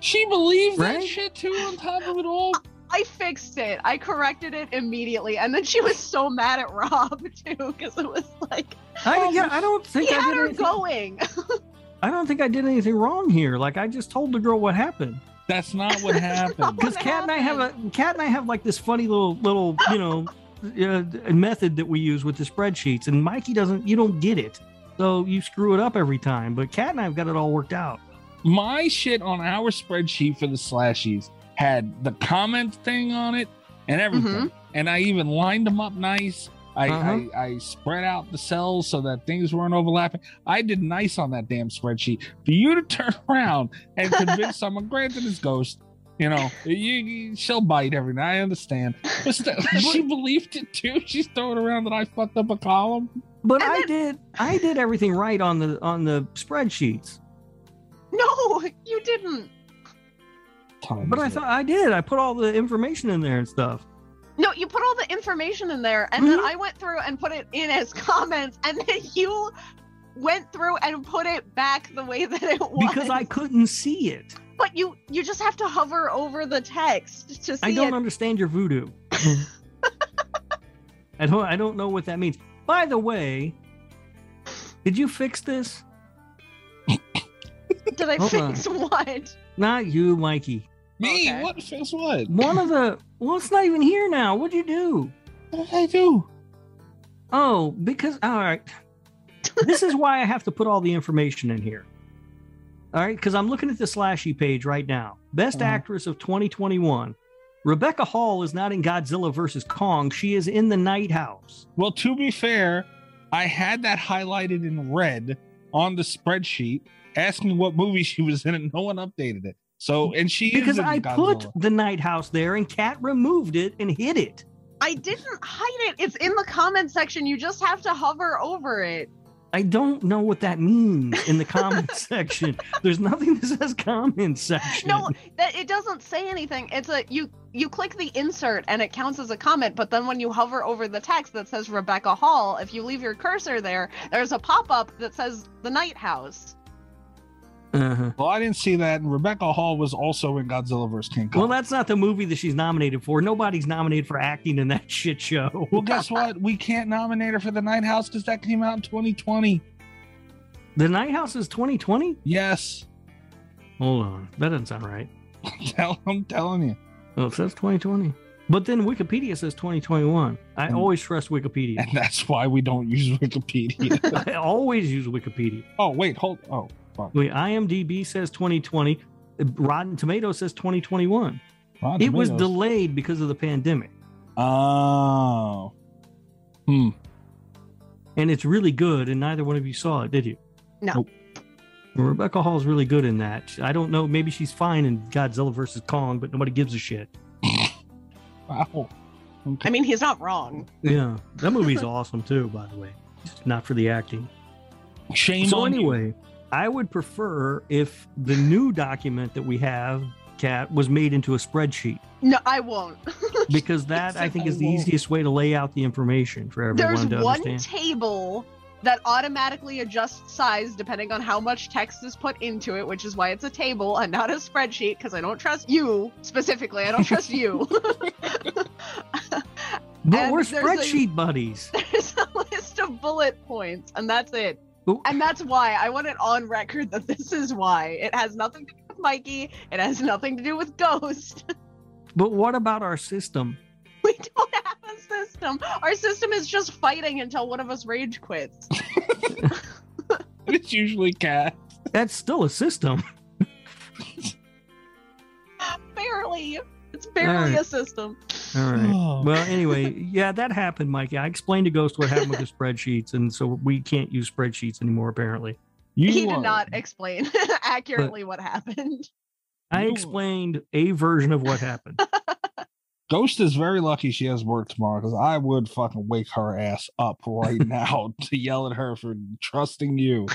C: she believed that
E: Right?
C: shit too. On top of it all,
D: I fixed it. I corrected it immediately, and then she was so mad at Rob <laughs> too because it was like
E: I yeah, I don't think
D: Oh, he
E: I
D: had
E: did
D: her
E: anything,
D: going. <laughs>
E: I don't think I did anything wrong here. Like I just told the girl what happened.
C: that's not
D: <laughs>
C: what happened.
E: Because
D: What
E: Cat and I have a Cat and I have like this funny little little, you know, uh, method that we use with the spreadsheets and Mikey doesn't you don't get it. So you screw it up every time. But Cat and I've got it all worked out.
C: my shit on our spreadsheet for the slashies had the comment thing on it and everything. And I even lined them up nice. I,
E: Uh-huh.
C: I, I spread out the cells so that things weren't overlapping. I did nice on that damn spreadsheet. For you to <laughs> turn around and convince someone, granted, it's ghost, you know, you, you, she'll bite every night. I understand. But still, she believed it too. She's throwing around that I fucked up a column.
E: But
D: And
E: I
D: then-
E: did I did everything right on the on the spreadsheets.
D: No, you didn't.
C: Time
E: But
C: is
E: I
C: up.
E: thought I did. I put all the information in there and stuff.
D: No, you put all the information in there, and
E: Mm-hmm.
D: then I went through and put it in as <laughs> comments, and then you went through and put it back the way that it was.
E: because I couldn't see it.
D: <laughs> But you you just have to hover over the text to see
E: I don't
D: it.
E: understand your
D: <laughs>
E: voodoo. I don't. I don't know what that means. By the way, did you fix this?
D: Did I
E: Hold on.
D: fix <laughs> what?
E: Not you, Mikey.
C: Me?
D: Okay.
C: What? Guess what?
E: One of the. Well, it's not even here now. What'd you do?
C: What did I do?
E: Oh, because all right. This is why I have to put all the information in here. All right, because I'm looking at the slashy page right now. Best
C: Uh-huh.
E: actress of 2021. Rebecca Hall is not in Godzilla versus Kong. She is in The Night House.
C: Well, to be fair, I had that highlighted in red on the spreadsheet, asking what movie she was in, and no one updated it. So, and she is
E: Because
C: in
E: I put
C: Godzilla.
E: The Night House there and Kat removed it and hid it.
D: I didn't hide it. It's in the comment section. You just have to hover over it.
E: I don't know what that means in the comment <laughs> section. There's nothing that says comment section.
D: No, that it doesn't say anything. It's a you you click the insert and it counts as a comment, but then when you hover over the text that says Rebecca Hall, if you leave your cursor there, there's a pop-up that says the night house.
E: Uh-huh.
C: Well, I didn't see that. And Rebecca Hall was also in Godzilla vs. King Kong.
E: Well,
C: Well,
E: that's not the movie that she's nominated for. Nobody's nominated for acting in that <laughs> shit show.
C: guess what? We can't nominate her for The Night House because that came out in 2020.
E: The Night House is 2020?
C: Yes. <laughs>
E: Hold on. That doesn't sound right.
C: Tell, I'm telling you.
E: Oh, it says 2020. But then Wikipedia says 2021. I
C: Mm.
E: always trust Wikipedia.
C: And <laughs> that's why we don't use <laughs>
E: <laughs>
C: Wikipedia.
E: I always use Wikipedia.
C: oh, wait. Hold. Oh, fuck.
E: Wait, IMDb says 2020. Rotten Tomatoes says 2021.
C: Rotten
E: It was
C: Tomatoes.
E: delayed because of the pandemic.
C: Oh. Hmm.
E: And it's really good, and neither one of you saw it, did you?
D: No.
C: Nope.
E: Rebecca Hall's really good in that. I don't know. Maybe she's fine in Godzilla versus Kong, but nobody gives a shit.
C: Wow. Okay.
D: I mean, he's not wrong.
E: Yeah,
D: <laughs>
E: that movie's awesome too. By the way, just not for the acting.
C: Shame
E: so
C: on you.
E: anyway, I would prefer if the new document that we have, Kat, was made into
D: <laughs>
E: a spreadsheet
D: No, I won't.
E: because that I think is the
C: I will.
E: easiest way to lay out the information for everyone
D: There's
E: to
D: one
E: understand.
D: table that automatically adjusts size depending on how much text is put into it, which is why it's a table and not a spreadsheet, because I don't trust you specifically. I don't trust <laughs> you.
E: but
D: and
E: we're
D: there's a-
E: spreadsheet buddies.
D: There's a list of bullet points, and that's it.
E: Ooh.
D: And that's why I want it on record that this is why. It has nothing to do with Mikey, it has nothing to do with Ghost. <laughs>
E: But what about our system?
D: We don't have a system. Our system is just fighting until one of us rage quits.
C: <laughs>
D: <laughs>
C: It's usually cat.
E: That's still a system.
D: barely. It's barely
E: Alright.
D: a system.
E: All right.
C: Oh.
E: Well, anyway, yeah, that happened, Mikey. I explained to Ghost what happened with the spreadsheets, and so we can't use spreadsheets anymore, apparently.
C: You
D: he did
C: are-
D: not explain <laughs> accurately what happened. <laughs>
E: I
C: You-
E: explained a version of what happened.
C: Ghost is very lucky she has work tomorrow because I would fucking wake her ass up
D: <laughs>
C: right now <laughs> to yell at her for trusting you.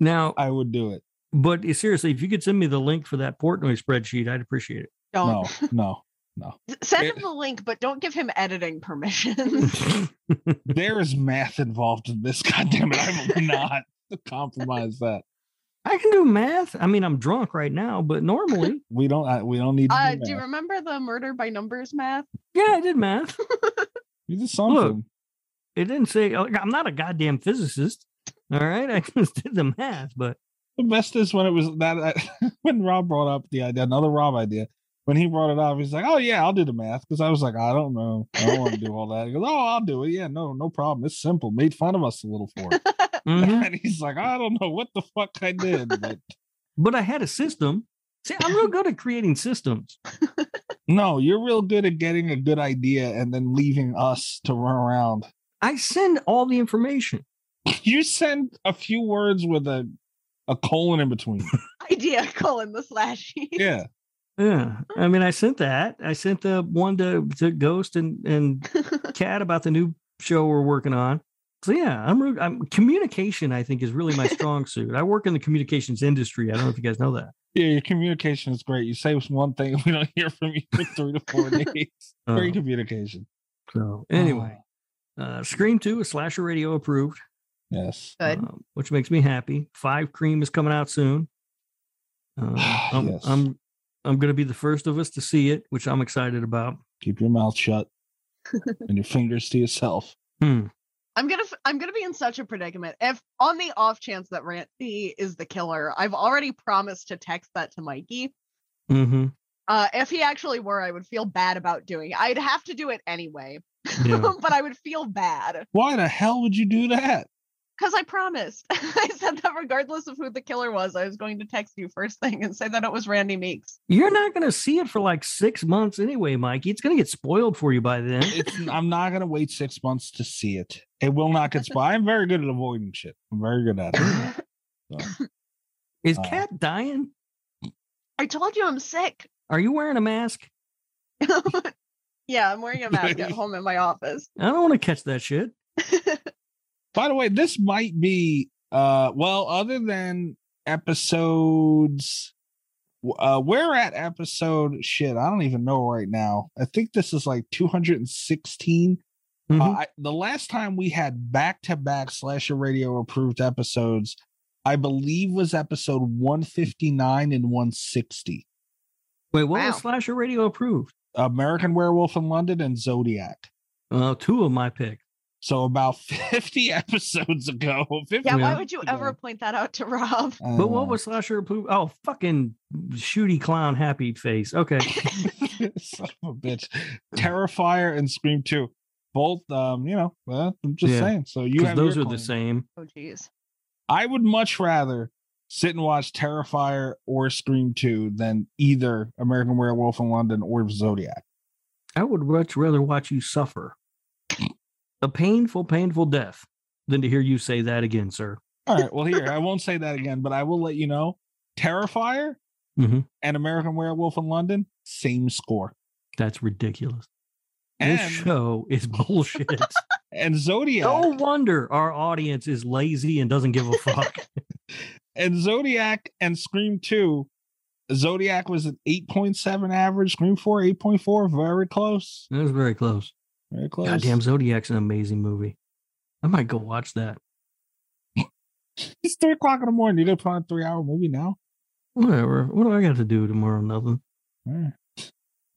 E: now,
C: I would do it.
E: but seriously, if you could send me the link for that Portnoy spreadsheet, I'd appreciate it.
D: Don't
C: No, no.
D: send
C: it-
D: him the link, but don't give him
C: <laughs>
D: editing permissions.
C: There is math involved in this. <laughs> God damn it. I will
D: <laughs>
C: not compromise that.
E: I can do math. I mean, I'm drunk right now, but normally,
C: We don't I, we don't need to
D: uh,
C: do
D: do you
C: math.
D: remember the murder by numbers math? <laughs>
E: yeah, I did math.
C: You did something.
E: Look. It didn't say oh, I'm not a goddamn physicist. All right, I <laughs> just did the math, but
C: The best is when it was that I, <laughs> when Rob brought up the idea, another Rob idea. When he brought it up, he's like, "Oh yeah, I'll do the math," because I was like, "I don't know, I don't want to do all that." He goes, "Oh, I'll do it. Yeah, no, no problem. It's simple." Made fun of us a little for <laughs> it,
E: Mhm.
C: and he's like, "I don't know what the fuck I did, but
E: but I had a system. See, I'm real good at creating systems.
C: no, you're real good at getting a good idea and then leaving us to run around. <laughs>
E: I send all the information.
C: You send a few words with a a colon in <laughs> between.
D: Idea colon the slashy.
C: Yeah,
E: Yeah, I mean, I sent that. I sent the one to, to Ghost and
D: <laughs>
E: and Cat about the new show we're working on. So yeah, I'm, real- I'm communication. I think is really my strong <laughs> suit. I work in the communications industry. I don't know if you guys know that.
C: yeah. Your communication is great. You say one thing, <laughs> we don't hear from you for three to four <laughs> days. Great
E: Uh,
C: communication.
E: so anyway, uh, Scream Two is slasher radio approved,
C: Yes.
D: Good.
E: um, which makes me happy. Five Cream is coming out soon. <sighs> Um, I'm,
C: Yes.
E: I'm I'm going to be the first of us to see it, which I'm excited about.
C: Keep your mouth shut and your fingers to yourself.
E: Hmm.
D: I'm gonna f- I'm gonna be in such a predicament. If on the off chance that Randy is the killer, I've already promised to text that to Mikey.
E: hmm
D: Uh, if he actually were, I would feel bad about doing it. I'd have to do it anyway,
E: Yeah.
D: <laughs> but I would feel bad.
C: Why the hell would you do that?
D: Because I promised. <laughs> I said that regardless of who the killer was, I was going to text you first thing and say that it was Randy Meeks.
E: You're not going to see it for like six months anyway, Mikey. It's going to get spoiled for you by then.
C: It's, I'm not going to wait six months to see it. It will not get spoiled. I'm very good at avoiding shit. I'm very good at it.
E: Is
C: Uh.
E: Cat dying?
D: I told you I'm sick. <laughs>
E: Are you wearing a mask?
D: yeah, I'm wearing a mask
E: <laughs>
D: at home in my office. <laughs>
E: I don't want to catch that shit.
C: By the way, this might be, uh, well, other than episodes, uh, we're at episode shit. I don't even know right now. I think this is like 216.
E: Mhm.
C: Uh, I, the last time we had back to back slasher radio approved episodes, I believe was episode 159 and 160.
E: Wait, what was
D: Wow.
E: Slasher Radio approved?
C: American Werewolf in London and Zodiac.
E: Uh, two of my pick.
C: So about <laughs> 50 episodes ago. 50
D: Yeah,
E: Yeah.
D: why would you ever point that out to
E: <laughs>
D: Rob? <laughs>
C: Uh,
E: But what was Slasher approved? Oh, fucking shooty clown happy face. Okay.
C: <laughs> son of a bitch? Terrifier and Scream 2. Both, um, you know, well, I'm just
E: Yeah.
C: saying. So you
E: Because
C: have your
E: those are the
C: claim.
E: same.
D: Oh, jeez.
C: I would much rather sit and watch Terrifier or Scream 2 than either American Werewolf in London or Zodiac.
E: I would much rather watch you suffer a painful, painful death than to hear you say that again, sir.
C: All right. Well, here, I won't say that again, but I will let you know Terrifier
E: Mhm.
C: and American Werewolf in London, same score.
E: That's ridiculous. this
C: And,
E: show is <laughs> bullshit.
C: and Zodiac.
E: no wonder our audience is lazy and doesn't give a fuck.
C: And Zodiac and Scream 2. Zodiac was an 8.7 average, Scream 4, 8.4, very close.
E: that was very close.
C: Very close.
E: Goddamn, Zodiac's an amazing movie. I might go watch that.
C: It's three o'clock in the morning. You're gonna put on a three hour movie now?
E: Whatever. What do I got to do tomorrow? Nothing.
C: All right.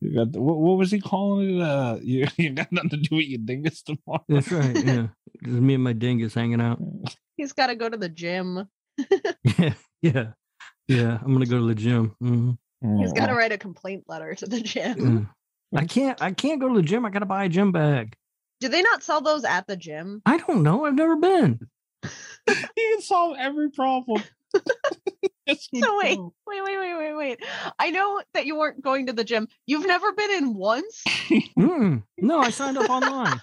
C: You got the, what, what was he calling it? Uh, <laughs> you, you got nothing to do with your dingus tomorrow.
E: That's
C: <laughs>
E: right. Yeah. Just me and my dingus hanging out. <laughs>
D: He's got to go to the gym.
E: Yeah. Yeah. Yeah. I'm going to go to the gym. Mhm.
C: Oh.
D: He's got to write a complaint letter to the gym.
E: Yeah. I can't. I can't go to the gym. I gotta buy a gym bag.
D: Do they not sell those at the gym?
E: I don't know. I've never been.
C: <laughs> He can solve every problem. <laughs> Yes, he
D: No, wait,
C: will.
D: wait, wait, wait, wait, wait. I know that you weren't going to the gym. You've never been in once.
E: Mm-mm. No, I signed up online.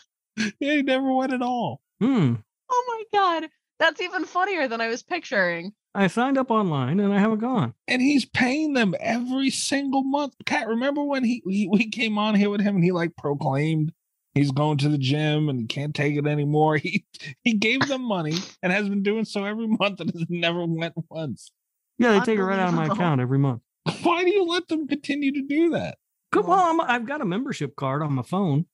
C: He never went at all.
E: Mm.
D: Oh my god, that's even funnier than I was picturing.
E: I signed up online and I haven't gone.
C: And he's paying them every single month. Cat, remember when he, he we came on here with him and he like proclaimed he's going to the gym and he can't take it anymore. <laughs> He he gave them money and has been doing so every month and has never went once. <laughs>
E: Yeah, they take it right out of my
D: Unbelievable.
E: account every month.
C: Why do you let them continue to do that?
E: Good. Well, I'm, I've got a membership card on my phone,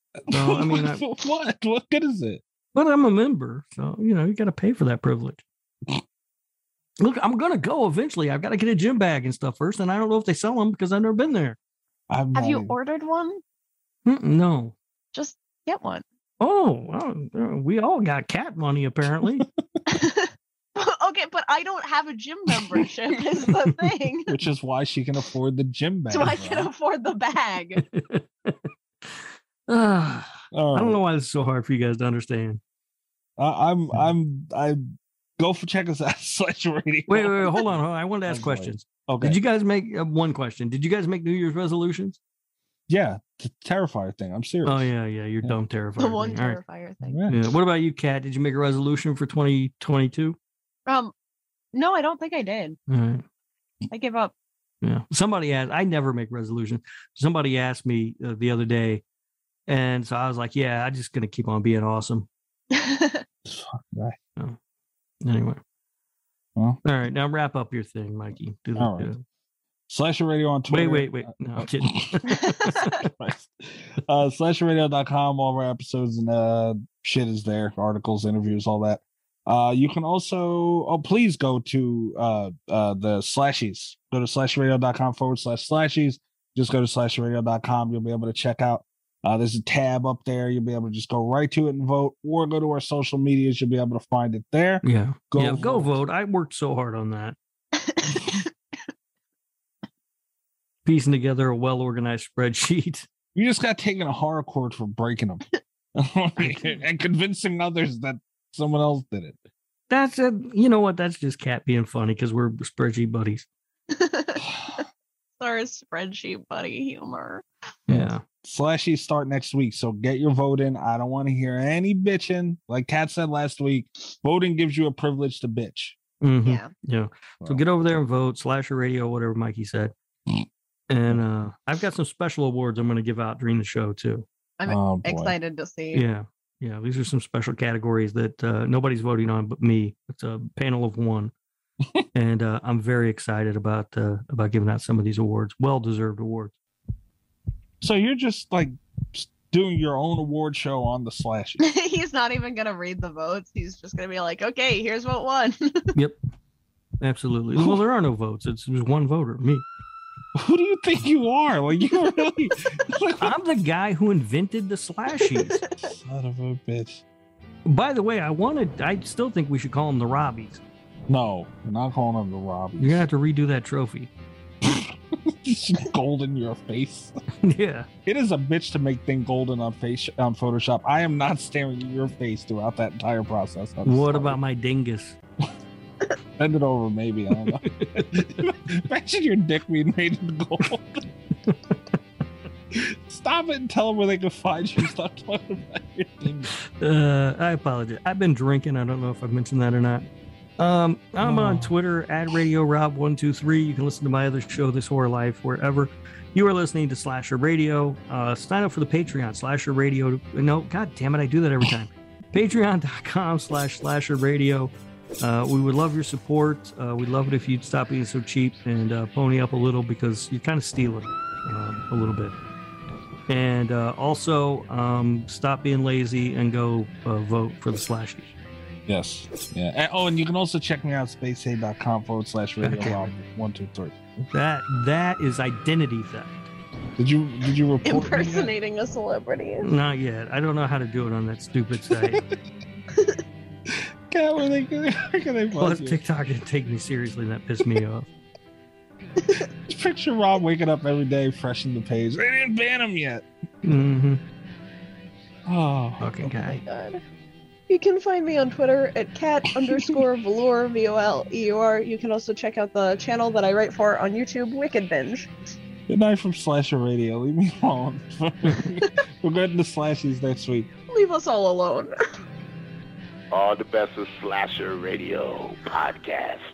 C: <laughs>
E: No, I mean, I-
C: what? What good is it?
E: but I'm a member, so you know you got to pay for that privilege. Look, I'm gonna go eventually. I've got to get a gym bag and stuff first, and I don't know if they sell them because I've never been there.
C: I'm
D: Have
C: not
D: you
C: even-
D: ordered one?
E: Mm-mm, no.
D: Just get one. <laughs>
E: Oh, well, we all got cat money apparently. <laughs>
D: okay, but I don't have a gym membership. is the thing.
C: Which is why she can afford the gym bag.
D: So I can <laughs> afford the
E: <laughs>
D: bag.
E: Ah,
C: All
E: I don't
C: right.
E: know why it's so hard for you guys to understand.
C: I, I'm. I'm. I go for check us out. <laughs> Slash radio.
E: Wait, wait, wait hold on. hold on. I wanted to ask
C: I'm sorry.
E: questions.
C: Okay.
E: Did you guys make uh, one question? Did you guys make New Year's resolutions?
C: yeah. The terrifier thing. I'm serious.
E: Oh yeah, yeah. You're
C: Yeah.
E: dumb, terrified.
D: The one
E: thing. All right.
D: terrifier thing.
C: Yeah.
E: Yeah. What about you, Kat? Did you make a resolution for 2022?
D: Um, no, I don't think I did.
E: All right.
D: I give up. <laughs>
E: Yeah. Somebody asked. I never make resolutions. Somebody asked me uh, the other day, and so I was like, "Yeah, I'm just gonna keep on being awesome."
C: Fuck that.
E: Anyway.
C: Well.
E: All right. Now wrap up your thing, Mikey. Do the-
C: All
E: do
C: right.
E: the-
C: Slasher radio on
E: Wait,
C: Twitter. Uh,
E: wait, wait. No, I'm kidding. <laughs>
C: <laughs> Christ. uh, slasherradio.com. All of our episodes and uh, shit is there. Articles, interviews, all that. Uh, you can also, oh, please go to uh, uh, the slashies. Go to slasherradio.com forward slash slashies. Just go to slasherradio.com. You'll be able to check out. Uh, there's a tab up there. You'll be able to just go right to it and vote, or go to our social medias. You'll be able to find it there.
E: Yeah.
C: Go
E: yeah, go
C: vote.
E: vote. I worked so hard on that. Piecing together a well organized <laughs> spreadsheet.
C: You just got taken to horror court for breaking <laughs>
E: <laughs>
C: them and convincing others that someone else did
E: <laughs>
C: it.
E: That's a, you know what? That's just cat being funny because we're spreadsheet buddies.
D: <laughs> Our spreadsheet buddy humor.
E: Yeah.
C: slashies start next week. So get your vote in. I don't want to hear any bitching. Like Kat said last week, voting gives you a privilege to bitch.
E: Mhm.
D: Yeah.
E: Yeah. So
C: Wow.
E: get over there and vote, slasher radio, whatever Mikey said. And uh, I've got some special awards I'm going to give out during the show, too.
D: I'm
C: oh, boy.
D: Excited to see.
E: Yeah. Yeah. These are some special categories that uh, nobody's voting on but me. It's a panel of one. and uh, I'm very excited about uh, about giving out some of these awards, well deserved awards.
C: So you're just like s- doing your own award show on
G: <laughs>
C: the slashies.
G: <laughs>
D: He's not even gonna read the votes. He's just gonna be like, okay, here's what won.
E: absolutely. Well, there are no votes. It's just one voter, me.
C: <laughs> Who do you think you are? Like
D: <laughs>
C: you really? <laughs> like, what
E: I'm the guy who invented the slashies.
C: <laughs> son of a bitch.
E: By the way, I wanted. I still think we should call them the Robbies.
C: No, I'm not calling him the Robbie.
E: You're
C: <laughs>
E: gonna have to redo that trophy. <laughs>
C: Just gold in your face.
E: yeah.
C: It is a bitch to make things golden on face on Photoshop. I am not staring at your face throughout that entire process. I'm
E: What
C: sorry.
E: about my dingus?
C: Bend it over, maybe. I don't know. <laughs> Imagine your dick being made in gold. Stop it and tell them where they can find you. Stop talking about your thing.
E: Uh, I apologize. I've been drinking. I don't know if I've mentioned that or not. Um, I'm
C: Oh.
E: on Twitter at Radio Rob One Two Three. You can listen to my other show, This Horror Life, wherever you are listening to Slasher Radio. Uh, sign up for the Patreon, Slasher Radio. No, god damn it, I do that every time. <laughs> Patreon.com/slash Slasher Radio. Uh, we would love your support. Uh, we'd love it if you'd stop being so cheap and uh, pony up a little because you're kind of stealing um, a little bit. And uh, also, um, stop being lazy and go uh, vote for the slashies.
C: Yes. Yeah. And- oh, and you can also check me out spaceaid.com forward slash radio
E: Okay.
C: Rob one two three.
E: That that is identity theft.
C: Did you did you report me yet?
D: Impersonating a celebrity.
G: Oh
E: Not yet. I don't know how to do it on that stupid site.
C: God, where they where can they
E: Plus,
C: find you?
E: TikTok didn't take me seriously. That pissed me off.
C: Picture Rob waking up every day, fresh in the page. They didn't ban him yet.
E: Mm-hmm.
C: Oh,
E: Fucking guy.
G: God. You can find me on Twitter at cat underscore velour, V O L E U R. You can also check out the channel that I write for on YouTube, Wicked Binge.
C: Good night from Slasher Radio. Leave me alone. <laughs> We're going to Slashies next week.
G: Leave us all alone.
H: All the best of Slasher Radio Podcast.